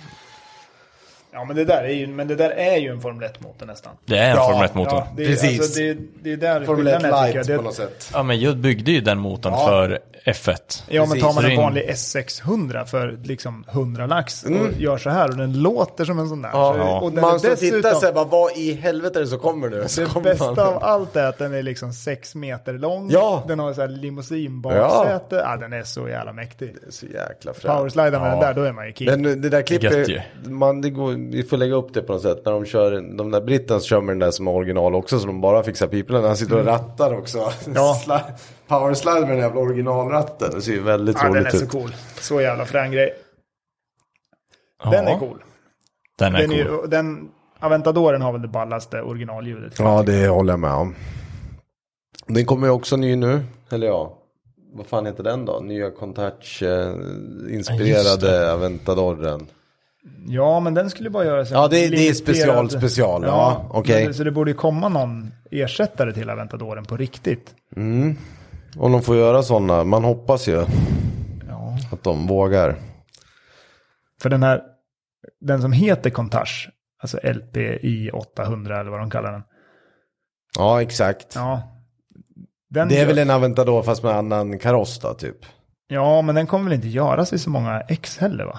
Ja men det där är ju, men det där är ju en Formel 1-motor nästan.
Det är en
Ja,
Formel 1-motor.
Ja,
Ja.
det är,
Precis.
Alltså, det, är, det är där
Formel 1
skillnaden är, tycker
light
jag. Det-
på något sätt.
men Judd byggde ju den motorn för F1.
Ja, men tar man
Precis.
en vanlig S600 för liksom 100 lax och gör så här och den låter som en sån där. så, och den är
Mm. man som
dessutom,
tittar såhär bara, vad i helvete är det som kommer nu? Så
det
kommer
bästa
man-
av allt är att den är liksom 6 meter lång.
Ja.
Den har så här limousinbaksäte. Ja. den är så jävla mäktig.
Så jäkla fränt.
Powerslidar med den där, då är man ju king.
Men det där
Gött
klippet,
ju.
man, det går, vi får lägga upp det på något sätt. När de kör, de där britterna så kör med den där som är original också, så de bara fixar piporna. Han sitter och rattar också.
Mm. Ja.
Sli- Powerslide med den jävla originalratten. Det ser ju väldigt
ja, den är
roligt
så
ut.
cool. Så jävla frän grej.
Ja,
Den är cool.
Den är
Den, är
cool.
ju, den Aventadoren har väl det ballaste originalljudet.
Ja, det håller jag med om. Den kommer ju också ny nu, eller ja. Vad fan heter den då? Nya eh,
Ja, just
Contouch-inspirerade Aventadoren.
Ja, men den skulle bara göra sig
Ja, det är- det är
limiterad-
special, special. Ja, okej.
men- Så det borde ju komma någon ersättare till Aventadoren på riktigt.
Om de får göra sådana, man hoppas ju
Ja.
att de vågar.
För den här, den som heter Contage, alltså LPI 800 eller vad de kallar den.
Ja, exakt.
Ja. Den
Det är
gör-
väl en Aventador fast med annan kaross då, typ.
Ja, men den kommer väl inte göras i så många X heller va?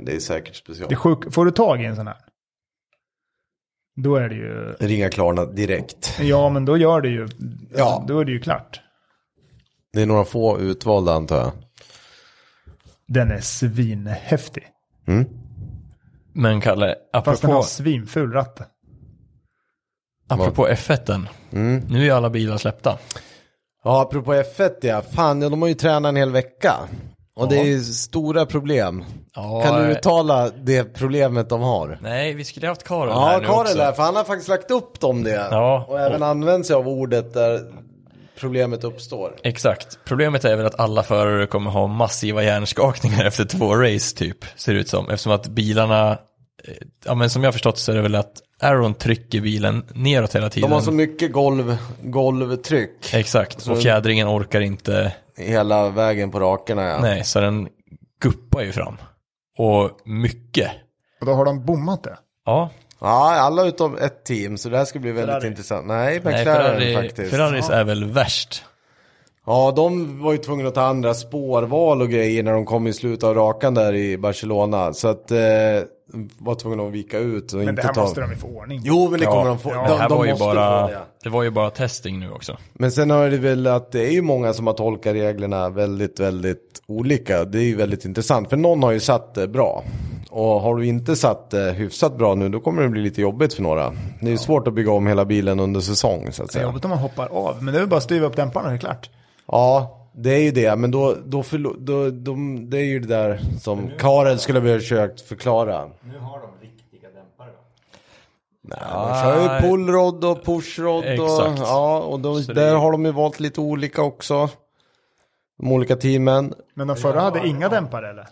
Det är säkert special.
Det är sjuk... Får du tag i en sån här? Då är det ju...
Ringa Klarna direkt.
Ja, men då gör det ju... alltså,
Ja.
Då är det ju klart.
Det är några få utvalda antar jag.
Den är svinhäftig.
Men Kalle,
Fast den
apropå,
har svinful ratt.
apropå F1,
Mm.
nu är alla bilar släppta.
Ja, apropå F1 ja. Fan, ja, de har ju tränat en hel vecka. Och det är ju stora problem.
Ja,
kan du
eh,
uttala det problemet de har?
Nej, vi skulle haft Karel här
Ja,
nu också.
Karel där, för han har faktiskt lagt upp dem det.
Ja.
Och även använt sig av ordet där problemet uppstår.
Exakt. Problemet är väl att alla förare kommer ha massiva hjärnskakningar efter två race typ, ser det ut som. Eftersom att bilarna, eh, ja men som jag har förstått så är det väl att Aaron trycker bilen neråt hela tiden.
De har så Mm. mycket golv, golvtryck
Exakt, och fjädringen orkar inte,
hela vägen på rakerna. Ja.
nej, så den guppar ju fram. Och mycket.
Och då har de bommat det.
Ja,
ja, alla utom ett team, så det här ska bli väldigt
Ferrari.
intressant. Nej,
nej,
McLaren
Ferrari,
faktiskt.
Ferraris är väl värst.
Ja, de var ju tvungna att ta andra spårval och grejer när de kom i slutet av rakan där i Barcelona. Så att, eh, var tvungna att vika ut och
Men det
inte
här
ta...
måste de ju få ordning på.
Jo, men det kommer de få.
ja,
de,
det här
de
var ju
måste
bara,
få det.
det var ju bara testing nu också.
Men sen har det väl att det är ju många som har tolkat reglerna väldigt, väldigt olika. Det är ju väldigt intressant, för någon har ju satt det bra. Och har du inte satt det hyfsat bra nu, då kommer det bli lite jobbigt för några. Det är ju svårt att bygga om hela bilen under säsong, så att
Det är
säga.
jobbigt om man hoppar av, men det är väl bara att styva upp dämparna, det är klart.
Ja, det är ju det, men då, då, förlo- då, de- det är ju det där som Karel skulle ha försökt förklara.
Nu har de riktiga dämpare då.
Nej, de kör ju pullrod och pushrod och,
Exakt.
ja, och de, där har de ju valt lite olika också. De olika teamen.
Men de förra hade inga dämpare eller?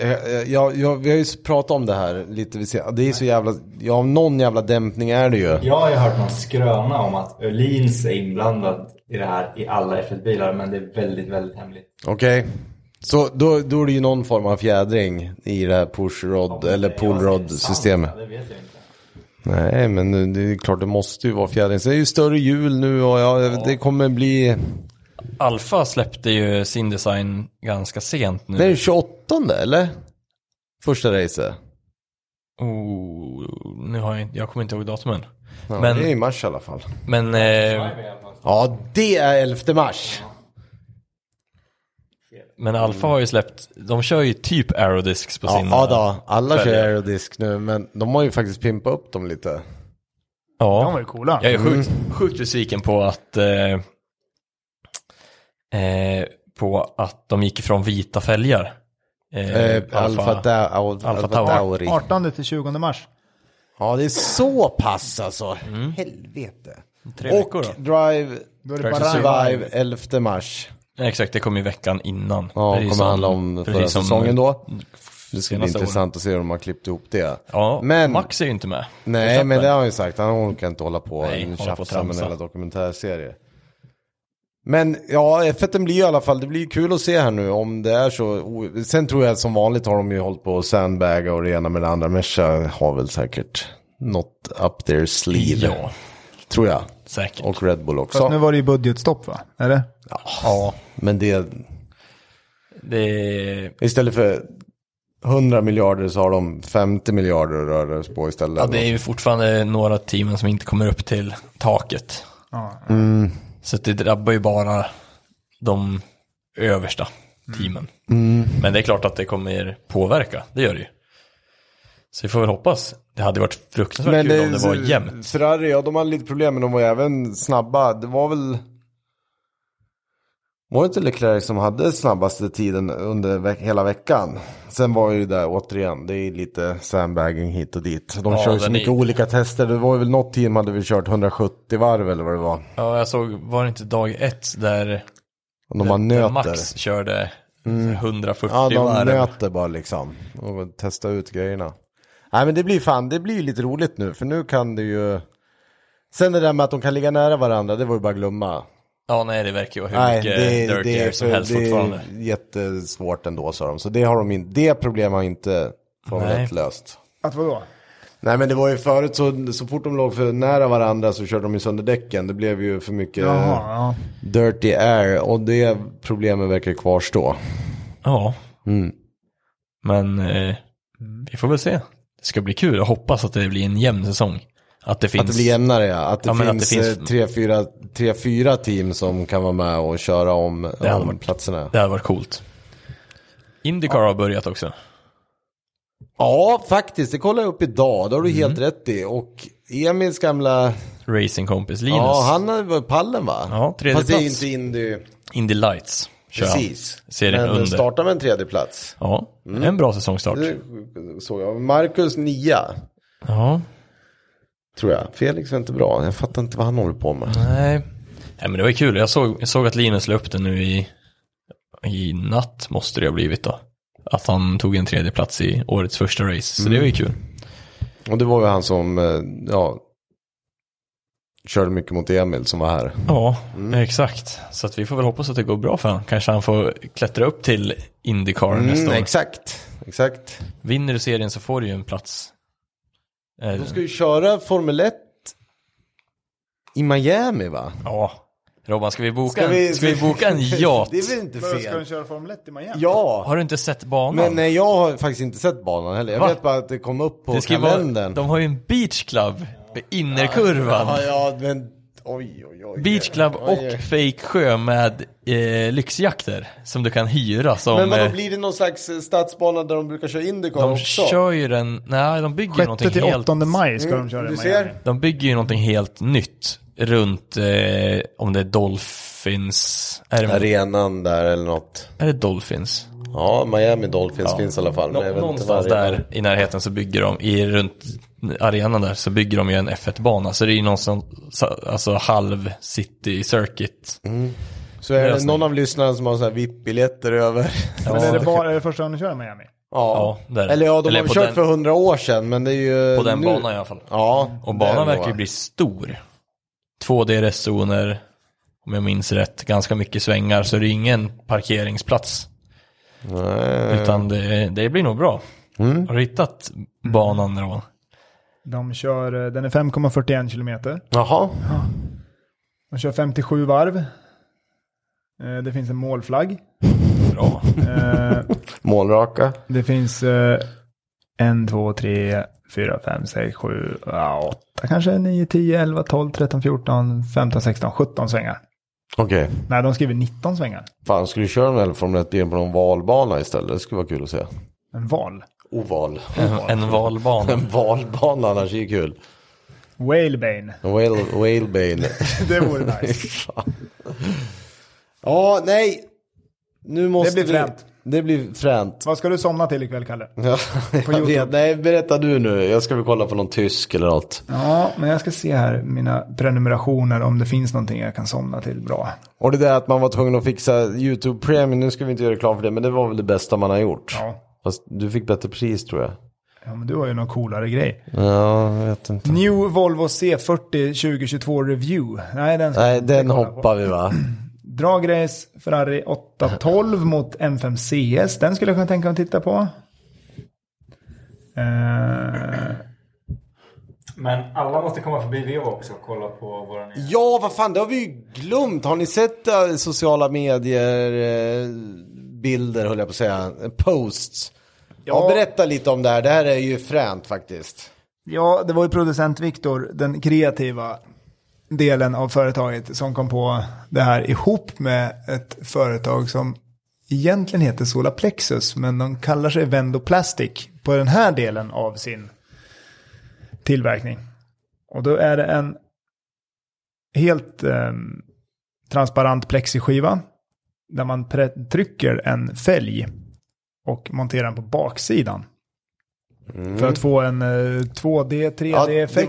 Jag, jag, jag, eh, vi har ju pratat om det här lite vid sen- Det är så jävla, ja någon jävla dämpning är det ju.
Jag har ju hört någon skröna om att Öhlins är inblandad i det här i alla F1-bilar men det är väldigt, väldigt hemligt.
Okej. Så då, då är det ju någon form av fjädring i det här pushrod eller
Jag säger
pullrod
sant,
systemet.
Det vet jag inte.
Nej, men nu- det är klart det måste ju vara fjädring. Så det är ju större hjul nu och ja, det kommer bli...
Alfa släppte ju sin design ganska sent nu.
Det är den 28 eller? Första racet.
Oh, nu har jag inte, jag kommer inte ihåg datumen.
Ja,
Men-
Det är i mars i alla fall.
Men eh,
Jag är med i alla fall.
Ja, det är 11 mars.
Men Alfa har ju släppt, de kör ju typ aerodiscs på
Ja,
sina.
ja då, alla kör
färger.
aerodisk nu, men de har ju faktiskt pimpat upp dem lite.
De var
Ja,
ju coola.
jag är sjukt,
Mm.
sjukt besviken på att eh, eh, på att de gick ifrån vita fälgar. Eh,
Eh, Alfa, da, Alfa,
Alfa
Tauri.
18 till 20 mars.
Ja, det är så pass alltså. Helvete.
Mm. Tre
Och
veckor då.
Drive,
Då är det
Drive
bara
to
Survive 11 mars.
Nej, Exakt, det kom ju veckan innan.
Ja,
Det är ju
kommer
som-
handla om
precis
förra
som-
säsongen då. Det ska bli
senaste
intressant att se hur de har klippt ihop det.
Ja,
men,
Max är ju inte med.
nej,
Förstappen.
men det har han ju sagt. Han orkar inte hålla på
Nej,
och
hålla på och
tjafsa med en
tramsa.
jävla dokumentärserie. Men ja, F1 blir ju i alla fall, det blir ju kul att se här nu om det är så. o- Sen tror jag att som vanligt har de ju hållit på och sandbaga och det ena med det andra. Merca har väl säkert något up their sleeve.
Ja,
Tror jag.
säkert.
Och Red Bull
Fast nu
också.
var det ju budgetstopp va? Eller?
ja,
Men det,
det
istället för 100 miljarder så har de 50 miljarder att röra sig på istället.
Ja, det är ju fortfarande några teamen som inte kommer upp till taket.
Ja.
Så att det drabbar ju bara de översta teamen.
Mm.
Men det är klart att det kommer påverka, det gör det ju. Så vi får väl hoppas. Det hade varit fruktansvärt
Men
kul om det var jämnt.
Ferrari, ja de hade lite problem men de var ju även snabba. Det var väl... Var det inte Leclerc som hade snabbaste tiden under ve- hela veckan? Sen var ju det där återigen, det är lite sandbagging hit och dit. De
Ja,
kör ju så
den
mycket
är-
olika tester. Det var ju väl något team hade vi kört 170 varv eller vad det var.
Ja, jag såg, var det inte dag ett där,
Och de bara
där
nöter. Mm.
Max körde 140
Ja, de
varv?
nöter bara liksom. Och testa ut grejerna. Nej men det blir fan, det blir ju lite roligt nu. För nu kan det ju... Sen det där med att de kan ligga nära varandra, det var ju bara att glömma.
Ja, nej, det verkar ju vara hur
Nej,
mycket
det,
dirt
det,
air som helst
det
fortfarande.
är jättesvårt ändå sa de. Så det, har de in, det problemet har inte
Nej.
formellt löst.
Att vadå?
Nej men det var ju förut så, så fort de låg för nära varandra så körde de ju sönder däcken. Det blev ju för mycket
Jaha, ja.
dirty air och det problemet verkar ju kvarstå.
Ja.
Mm.
Men eh, vi får väl se. Det ska bli kul. Jag hoppas att det blir en jämn säsong. Att det finns.
Att det blir jämnare ja. Att det
Ja, men att
finns,
det finns-
eh, Tre, fyra, tre, fyra team som kan vara med och köra om,
hade
om
varit-
platserna.
Det hade varit coolt. Indycar har börjat också.
Ja, faktiskt. Det kollade jag upp idag. Det har du helt
Mm.
rätt i. Och Emils gamla...
Racingkompis Linus.
Ja, han hade- var pallen va?
Ja, tredje
Fast det är ju
plats.
inte Indy.
Indy Lights. Kör han.
Precis. Mm.
Serien
Men
under.
starta med en tredje plats.
Ja, en bra säsongstart.
Det såg jag. Marcus nia,
Ja,
tror jag. Felix var inte bra. Jag fattar inte vad han håller på med.
nej. Nej men det var ju kul. Jag såg, jag såg att Linus la upp det nu i, i natt måste det ha blivit då. Att han tog en tredje plats i årets första race. Så det
Mm.
var ju kul.
Och det var väl han som, eh, ja, körde mycket mot Emil som var här.
Ja,
Mm.
exakt. Så att vi får väl hoppas att det går bra för honom. Kanske han får klättra upp till Indycar nästa
Mm,
år.
exakt, exakt.
Vinner du serien så får du ju en plats. Eh,
De ska ju köra Formel 1 i Miami va?
Ja. Robban, ska vi boka
Ska
en,
vi-
ska vi boka en yacht?
Det är väl inte
Men Ska de
fel?
köra Formel 1 i Miami?
Ja,
Har du inte sett banan?
men nej, jag har faktiskt inte sett banan heller. Jag
Va?
vet bara att det kom upp på
det ska ju vara,
kalendern.
de har ju en beach club med innerkurvan.
Ja, ja, men oj, oj, oj.
Beach club och
oj.
fake sjö med eh, lyxjakter som du kan hyra som...
Men vadå,
eh,
blir det någon slags eh, stadsbana där de brukar köra Indycar
de
också?
kör ju den... Nej, de bygger ju
6
någonting
till
helt...
8 maj ska
Mm,
de köra
du
i Miami.
ser?
De bygger ju någonting helt nytt runt, eh, om det är Dolphins, är det,
Arenan där eller något.
är det Dolphins?
Ja, Miami Dolphins finns i alla fall. men jag vet
Nå-
inte
någonstans
vad arenan-
där i närheten så bygger de, i, runt arenan där så bygger de ju en F1-bana. Så det är ju någon som, så- alltså halv city circuit.
Så är det
Lösning.
någon av lyssnarna som har så här VIP-biljetter över?
Men är det, bara, är det första gången de kör i Miami?
Ja,
Ja, där.
eller ja, de
Eller
har
på
kört
den-
för hundra år sedan, men det är ju...
På den
nu...
banan i alla fall.
Ja.
Och
det är
banan
det
verkar ju
va.
bli stor. Två DRS-zoner, om jag minns rätt, ganska mycket svängar. Så det är ingen parkeringsplats.
Nej.
Utan det, det blir nog bra.
Mm.
Har du hittat banan då?
De kör, eh, den är 5,41 kilometer.
Jaha.
De kör 57 varv. Eh, Det finns en målflagg.
Bra.
Eh,
Målraka.
Det finns eh, En, två, tre, fyra, fem, sex, sju, ja, åtta kanske, nio, tio, elva, tolv, tretton, fjorton, femton, sexton, sjutton svängar.
Okej.
Nej, de skriver 19 svängar.
Fan, skulle du köra den här Formel 1-bilen på någon valbana istället? Det skulle vara kul att se.
En val.
Oval.
En valbana.
En valbana annars är ju kul.
Whalebane.
En whale, whalebane.
Det vore nice.
Ja, nej. Nu måste
blir
vi-
fränt.
Det blir fränt.
Vad ska du somna till ikväll, Kalle?
Ja, jag
YouTube.
vet. Nej, berätta du nu. Jag ska väl kolla på någon tysk eller något.
Ja, men jag ska se här mina prenumerationer om det finns någonting jag kan somna till bra.
Och det där att man var tvungen att fixa YouTube Premium, nu ska vi inte göra reklam för det, men det var väl det bästa man har gjort.
Ja.
Fast du fick bättre pris tror jag.
Ja, men du har ju någon coolare grej.
Ja, jag vet inte.
New Volvo C40 2022 Review. Nej, den ska
Nej,
inte
den
kolla på.
hoppar vi va?
Dragrace Ferrari 812 mot M5 CS. Den skulle jag kunna tänka mig att titta på. Eh,
Men alla måste komma förbi Vevo också och kolla på våra nya.
Ja, vad fan, det har vi ju glömt. Har ni sett eh, sociala medier, eh, bilder höll jag på att säga, eh, posts? Ja, berätta lite om det här. Det här är ju fränt faktiskt.
Ja, det var ju producent Viktor, den kreativa delen av företaget, som kom på det här ihop med ett företag som egentligen heter Solaplexus, men de kallar sig Vendoplastic på den här delen av sin tillverkning. Och då är det en helt eh, transparent plexiskiva där man pre- trycker en fälg och monterar den på baksidan. För att få en eh, 2D, 3D-effekt.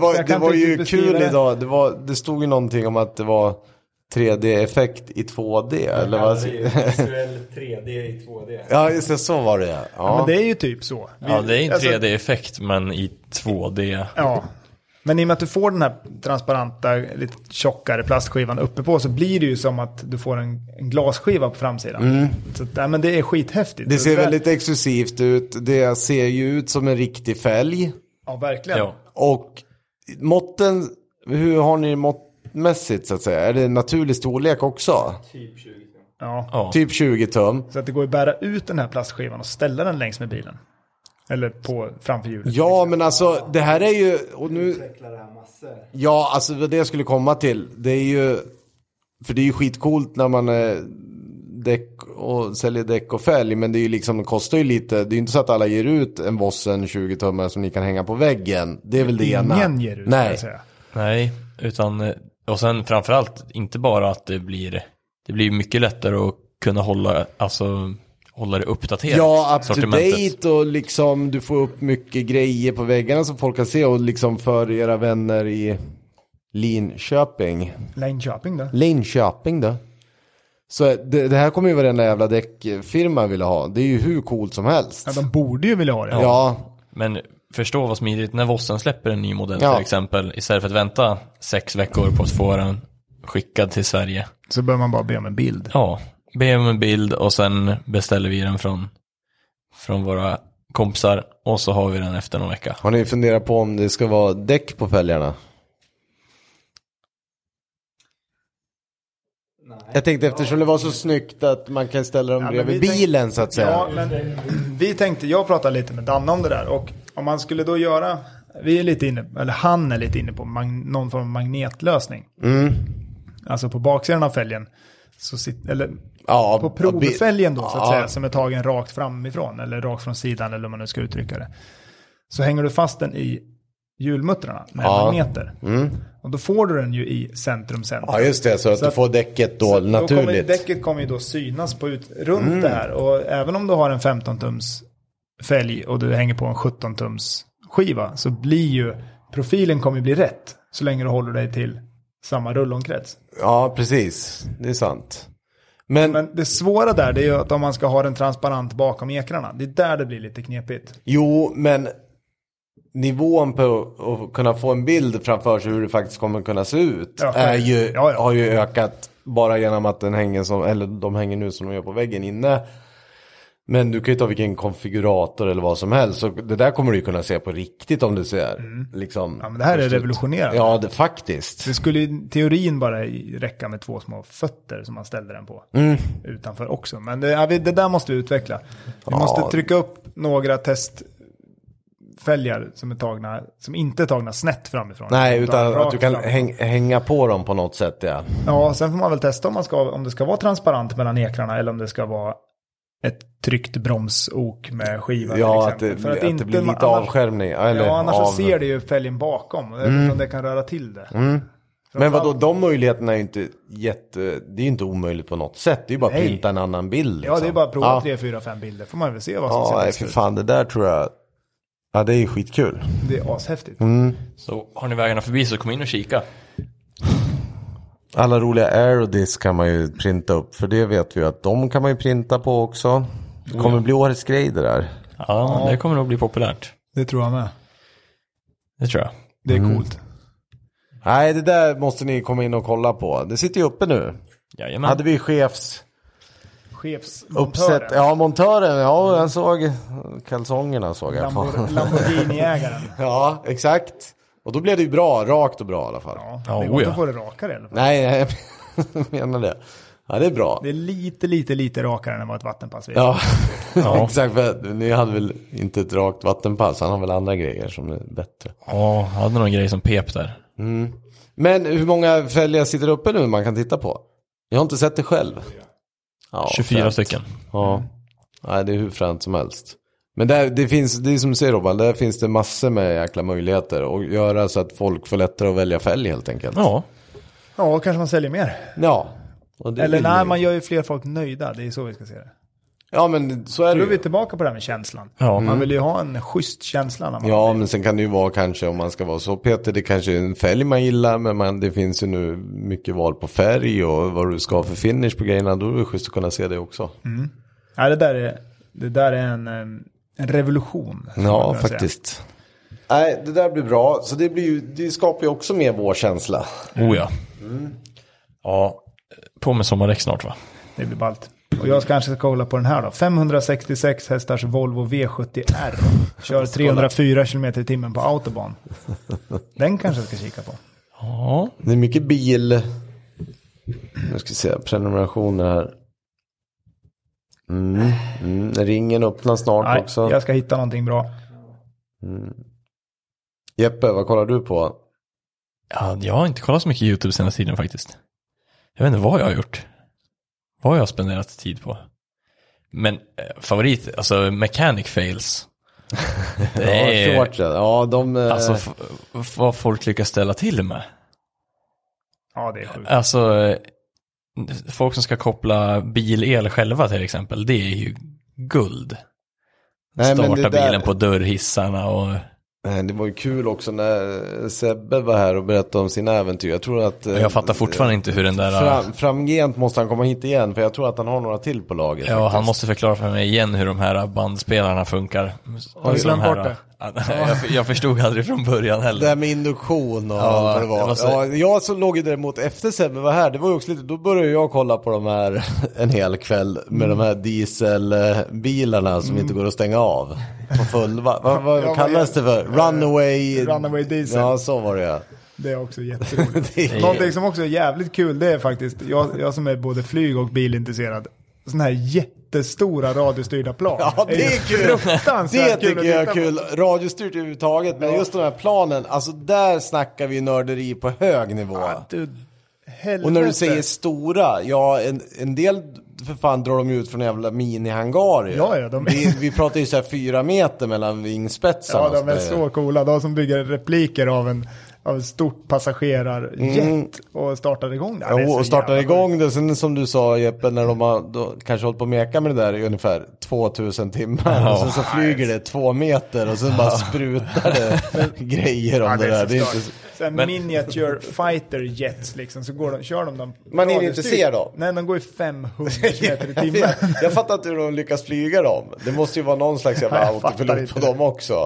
Mm. det var,
Jag
det
kan
var
inte
ju
riktigt beskriva
kul
det.
idag. Det, var, det stod ju någonting om att det var 3D-effekt i 2D. Eller vad?
Aldrig visuell 3D i 2D.
Ja, just det, så var det ja.
Men det är ju typ så. Vi-
Ja, det är en
alltså,
3D-effekt men i 2D.
Ja. Men i och med att du får den här transparenta, lite tjockare plastskivan uppe på så blir det ju som att du får en, en glasskiva på framsidan. Så att, nej, men det är skithäftigt.
Mm. Det
Så
ser
där-
väldigt exklusivt ut. Det ser ju ut som en riktig fälg.
Ja, verkligen.
Ja.
Och måtten, hur har ni måttmässigt så att säga? Är det naturlig storlek också?
Typ 20 tum.
Ja.
Ja.
Typ 20 tum.
Så att det går ju att bära ut den här plastskivan och ställa den längs med bilen. Eller på, framför hjulet.
Ja, men alltså det här är ju, och nu,
Utvecklar det här massor.
ja alltså vad det jag skulle komma till, det är ju, för det är ju skitcoolt när man eh, däck och säljer däck och fälg, men det är ju liksom, det kostar ju lite, det är ju inte så att alla ger ut en Vossen 20 tummare som ni kan hänga på väggen. Det är väl det ena.
Ingen ger ut, ska jag
Nej.
säga.
Nej, utan eh, och sen framförallt inte bara att det blir det blir mycket lättare att kunna hålla alltså hålla det uppdaterat.
Ja, up to
sortimentet.
date och liksom du får upp mycket grejer på väggarna som folk kan se och liksom för era vänner i Linköping.
Linköping då?
Linköping då. Så det, det här kommer ju varenda jävla däckfirma vilja ha. Det är ju hur coolt som helst.
Ja, de borde ju vilja ha det.
Ja,
Men förstå vad smidigt när Vossen släpper en ny modell
Ja.
till exempel istället för att vänta sex veckor på att få den skickad till Sverige.
Så behöver man bara be om en bild.
Ja, be om en bild och sen beställer vi den från från våra kompisar och så har vi den efter någon vecka.
har ni funderat på om det ska vara däck på fälgarna? Jag tänkte eftersom det var så snyggt att man kan ställa dem
Ja, men
bredvid
vi tänk-
bilen så att säga.
Ja, men vi tänkte, jag pratade lite med Danne om det där och om man skulle då göra, vi är lite inne, eller han är lite inne på mag, någon form av magnetlösning.
Mm.
Alltså på baksidan av fälgen, så sit, eller
Ja,
på
ja, bi-
provfälgen då så att
Ja.
säga, som är tagen rakt framifrån eller rakt från sidan eller hur man nu ska uttrycka det. Så hänger du fast den i hjulmuttrarna med
Ja. Mm.
magneter. Och då får du den ju i centrum centrum.
Ja just det, så att
Så
du
att-
får däcket då
Så Då kommer,
naturligt. Mm.
däcket kommer ju då synas på ut, runt det här. Och även om du har en 15-tums fälg och du hänger på en 17-tums skiva så blir ju profilen kommer ju bli rätt så länge du håller dig till samma rullomkrets.
Ja, precis. Det är sant. Men,
Men det svåra där det är ju att om man ska ha den transparent bakom ekrarna, det är där det blir lite knepigt.
jo, men nivån på att kunna få en bild framför sig hur det faktiskt kommer kunna se ut
Ja,
är ju,
ja, ja.
har ju ökat bara genom att den hänger som, eller de hänger nu som de gör på väggen inne. Men du kan ju ta vilken konfigurator eller vad som helst. Så det där kommer du ju kunna se på riktigt om du ser. Liksom,
Mm. Ja, men det här är
först ut.
revolutionerande.
Ja, det, faktiskt.
Det skulle ju i teorin bara i- räcka med två små fötter som man ställde den på.
Mm.
Utanför också. Men det, ja, vi- det där måste vi utveckla. Vi måste trycka upp några test fälgar som är tagna, som inte är tagna snett framifrån.
Nej, utan
rakt
att du kan
fram.
häng, hänga på dem på något sätt ja.
Ja, sen får man väl testa om, man ska, om det ska vara transparent mellan ekrarna eller om det ska vara ett tryckt bromsok med skiva
Ja,
till
att det,
exempel. För
att
inte
det blir
man-
lite
annars-
avskärmning. Eller
Ja, annars
av... Mm.
så ser du ju fälgen bakom. Jag vet inte om det kan röra till det.
Men vadå, de möjligheterna är ju inte jätte... Det är ju inte omöjligt på något sätt. Det är ju bara att
Nej.
printa en annan bild.
Ja, det är bara att prova
liksom. Ja.
tre, fyra, fem bilder. Får man väl se vad som
Ja,
ser
nej,
bäst
för
ut.
fan, det där tror jag... Ja, det är ju skitkul.
Det är ashäftigt.
Mm.
Så har ni vägarna förbi så kom in och kika.
Alla roliga aerodisc kan man ju printa upp. För det vet vi ju att de kan man ju printa på också.
Mm.
Det kommer bli årets grej det där.
Ja, det kommer nog bli populärt.
Det tror jag med.
Det tror jag.
Det är
Mm.
coolt.
Nej, det där måste ni komma in och kolla på. Det sitter ju uppe
Mm.
nu.
Jajamän.
Hade vi chefs... Uppsätt,
Chefsmontören.
ja montören, ja jag såg kalsongerna såg jag.
Lambor- Lamborghini-ägaren.
Ja, exakt. Och då blev det ju bra, rakt och bra i alla fall.
Ja,
Ja,
det går inte
oja.
att få det rakare i alla fall.
Nej, nej, jag menar det. Ja, det är bra.
Det är lite, lite, lite rakare än vad ett vattenpass vill.
Ja,
Ja.
exakt. För ni hade väl inte ett rakt vattenpass, han har väl andra grejer som är bättre.
Ja, hade någon grej som pep där.
Men hur många fälgar sitter uppe nu man kan titta på? Jag har inte sett det själv. Ja,
24
fränt.
stycken.
Ja. Nej, det är hur fränt som helst. Men där, det finns, det är som du säger Robban, där finns det massor med jäkla möjligheter. Och göra så att folk får lättare att välja fälg helt enkelt.
Ja,
Ja, kanske man säljer mer.
Ja. Och det
Eller
vill vi
nej,
ju.
man gör ju fler folk nöjda. Det är så vi ska se det.
Ja, men så är
Då
det
är vi
ju.
tillbaka på det här med känslan.
Ja.
Man vill ju ha en schysst känsla när man...
Mm. Ja, men sen kan det ju vara kanske om man ska vara så Peter, det kanske är en fälg man gillar, men man, det finns ju nu mycket val på färg och vad du ska ha för finish på grejerna. Då är det schysst att kunna se det också.
Mm. Ja, det där är, det där är en, em, en revolution. skulle man
Ja,
kunna säga.
faktiskt. Nej, det där blir bra. Så det, blir ju, det skapar ju också mer vår känsla.
oh ja. Ja, på med sommardäck snart va?
Det blir ballt. Och jag kanske ska kolla på den här då. 566 hästars Volvo V70R. Kör 304 km i timmen på autobahn. Den kanske jag ska kika på.
Ja,
Det är mycket bil. Nu ska vi se, prenumerationer här. Mm, mm. Ringen öppnar snart
Nej,
också.
jag ska hitta någonting bra.
Jeppe, vad kollar du på?
ja jag har inte kollat så mycket YouTube senaste tiden faktiskt. Jag vet inte vad jag har gjort. Vad jag har spenderat tid på. Men eh, favorit, alltså mechanic fails. Det
Ja,
är,
shortsen. Ja, de... eh,
alltså f- f- vad folk lyckas ställa till med.
Ja, det är sjukt.
Alltså, eh, folk som ska koppla bilel själva till exempel, det är ju guld.
nej, men
Starta
det där-
bilen på dörrhissarna och...
Nej, Eh, Det var ju kul också när Sebbe var här och berättade om sina äventyr. Jag tror att... eh,
Jag fattar fortfarande inte hur den där...
Fram, framgent måste han komma hit igen, för jag tror att han har några till på laget.
ja, han
faktiskt.
måste förklara för mig igen hur de här bandspelarna funkar. Har
du glömt bort det?
Jag, jag förstod aldrig från början
Det
heller.
där med induktion och
Ja,
allt vad det var.
det var så-
Ja, jag så låg ju däremot efter Sebbe var här, det var ju också lite, då började jag kolla på de här en hel kväll med de här dieselbilarna som inte går att stänga av på full. Vad, vad,
Ja,
vad kallas det
vad
för? Eh, Runaway?
Runaway diesel.
Ja, så var det ja.
Det är också jätteroligt.
Det är-
Någonting som också är jävligt kul, det är faktiskt, jag, jag som är både flyg och bilintresserad, sådana här jättestora radiostyrda plan.
Ja, det är kul.
fruktansvärt
Det
kul
tycker
att
jag är
titta på.
kul. Radiostyrt överhuvudtaget, men just de här planen, alltså där snackar vi nörderi på hög nivå.
Du,
Och när du
helvete.
säger stora, ja en, en del för fan drar de ju ut från en jävla minihangar ju.
Ja, ja, de-
vi, vi pratar ju så här fyra meter mellan vingspetsarna. Alltså,
Ja, de
det
är så coola. De som bygger repliker av en av ett stort passagerarjet och startar igång det. Ja, det är
Jo,
så
Mm. och startar
jävla sjukt.
igång det. Sen som du sa Jeppe, när de har då, kanske hållit på och meka med det där i ungefär 2000 timmar. och sen så flyger det två meter och sen bara sprutar det grejer om
Ja,
det, där.
så
Det är inte
stört.
så...
Sen miniature fighter jets liksom, så går de, kör de dem.
Man hinner inte
radiostyrt.
se dem.
Nej, de går i 500 km i timmen.
Jag, jag fattar inte hur de lyckas flyga dem. Det måste ju vara någon slags jävla
Nej, jag fattar
autopilot
inte.
på dem också.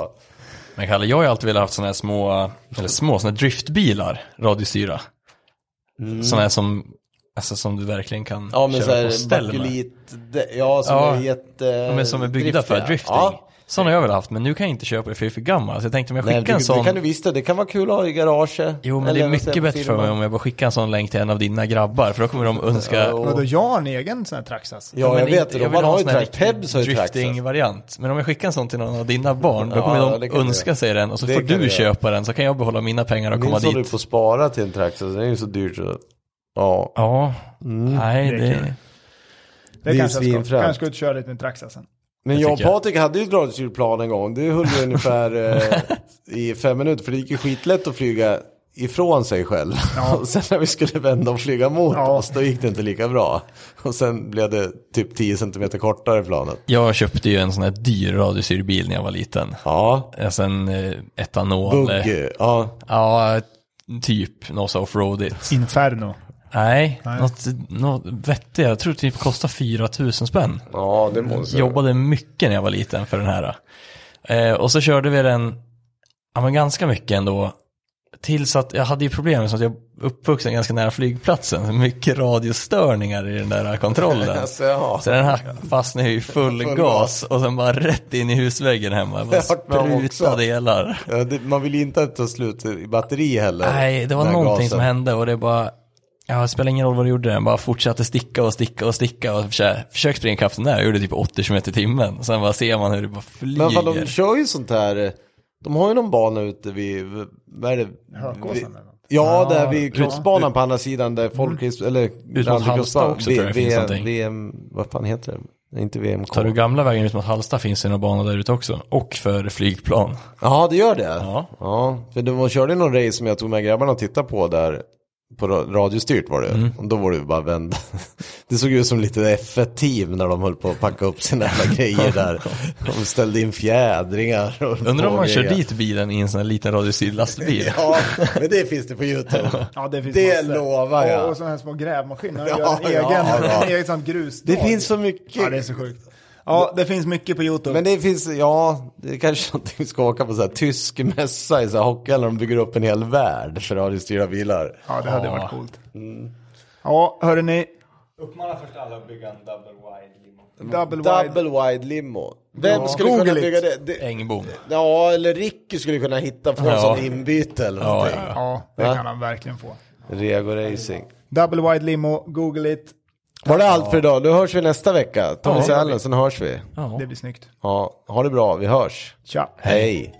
Men Kalle, jag har ju alltid velat ha haft sådana här små, eller små, sådana här driftbilar, radiostyra. Sådana här som, alltså som du verkligen kan
Mm. Ja men
köra
så
på
här
ställ med.
bakulit, ja som
Ja,
är jätte...
De är som är byggda
driftiga.
för drifting.
Ja.
Sådana har jag väl haft, men nu kan jag inte köpa det för jag är för gammal. Så jag tänkte om jag
Nej,
skickar
det,
en sån.
det kan du visst det. Det kan vara kul att ha i garaget.
Jo, men
Eller
det är
att se på
mycket bättre för
filmen.
mig om jag bara skickar en sån länk till en av dina grabbar, för då kommer de önska...
Ja, och-
Vadå, jag har en egen sån här traxas.
Ja, jag
men
vet
inte-
det. De
jag vill
har ju
en sån här
track. Pebs har ju alltså. track. så.
Drifting-variant. Men om jag skickar en sån till någon av dina barn, då
Ja,
kommer
det
de
kan du
önska
göra.
sig den och så
Det
får
kan du
du
göra.
köpa den så kan jag behålla mina pengar och komma
Minns vad du
dit.
får spara till en track, så det är ju så dyrt. Så. Ja.
Ja, nej
det
Mm.
det...
är kul.
är
Det
ju
kanske jag ska,
svinfränt.
kanske ska ut och köra lite med traxasen.
Men
Det
jag och
tycker jag.
Patrik hade ju ett radiostyrplan en gång. Det höll ju ungefär eh, i fem minuter. För det gick ju skitlätt att flyga ifrån sig själv. Och sen när vi skulle vända och flyga mot
Ja.
oss, då gick det inte lika bra. Och sen blev det typ 10 centimeter kortare planet.
Jag köpte ju en sån här dyr radiostyrbil när jag var liten.
Ja,
Alltså en eh, etanol...
bugg. Ja.
Ja, typ något så offroadigt.
Inferno.
Nej, något, något vettigt. Jag tror typ kostar 4 000 spänn.
ja, det måste jag.
Jobbade mycket när jag var liten för den här. Eh, och så körde vi den, ja men ganska mycket ändå. Tills att jag hade ju problem med att jag är uppvuxen ganska nära flygplatsen. så Mycket radiostörningar i den där kontrollen.
Alltså, ja.
Så den här fastnade ju i full,
Full
gas och sen bara rätt in i husväggen hemma. Bara
Jag har varit med om också.
spruta delar.
Ja, det, man vill ju inte att det tar slut i batteri heller.
Nej, det var
Den här
någonting
gasen.
som hände och det bara, ja, det spelar ingen roll vad du gjorde, den bara fortsatte sticka och sticka och sticka och försöka, försöka springa ikapp den där, jag gjorde typ 80 km i timmen. Sen bara ser man hur det bara flyger.
Men fan, de kör ju sånt här. eh, De har ju någon bana ute vid, vad är det?
Hökåsen
Vid-
eller något.
Ja,
Ja,
där vid
ut-
Kustbanan på andra sidan där folk, mm. eller
Halmstad
Rallycrossbanan.
också tror jag
V-
det finns
VM,
någonting.
VM, vad fan heter det? Inte VMK.
Tar du gamla vägen ut mot Hallsta finns det några banor där ute också. Och för flygplan.
Ja, det gör det.
Ja.
Ja, för de körde ju någon race som jag tog med grabbarna och tittade på där. På ra- radiostyrt var det.
Mm.
Och då var det ju bara vända. Det såg ut som lite F1-team när de höll på att packa upp sina jävla grejer där. De ställde in fjädringar. och höll
Undrar
på
om man
och
kör
grejer.
dit bilen i en sån här liten radiostyrd lastbil.
Ja, men det finns det på YouTube.
Ja, det finns
Det
massor.
lovar jag.
Och, och sådana här små grävmaskiner.
Ja,
Ja, gör en egen,
ja, ja.
en egen sån grus.
Det finns så mycket.
Ja, det är så sjukt. Ja, det finns mycket på YouTube.
Men det finns, ja, det är kanske någonting vi ska åka på så här tysk mässa i så här hockey, eller de bygger upp en hel värld för radiostyrda bilar.
Ja, det hade varit coolt. Ja, hörrni.
Uppmana först alla att bygga en double wide limo.
Double, wide.
Double wide limo. Vem skulle kunna
Google it.
bygga det? det?
Ängbom.
Ja, eller Ricky skulle kunna hitta på någon
Ja.
sån inbyte eller
Ja,
någonting.
ja.
Ja, det
Va?
kan han verkligen få.
Rego Racing.
Double wide limo, google it.
Var det allt för idag? Nu hörs vi nästa vecka. Tommy
Ja.
Sälen, sen hörs vi.
ja.
Det blir snyggt.
Ja, ha det bra, vi hörs.
Tja.
Hej.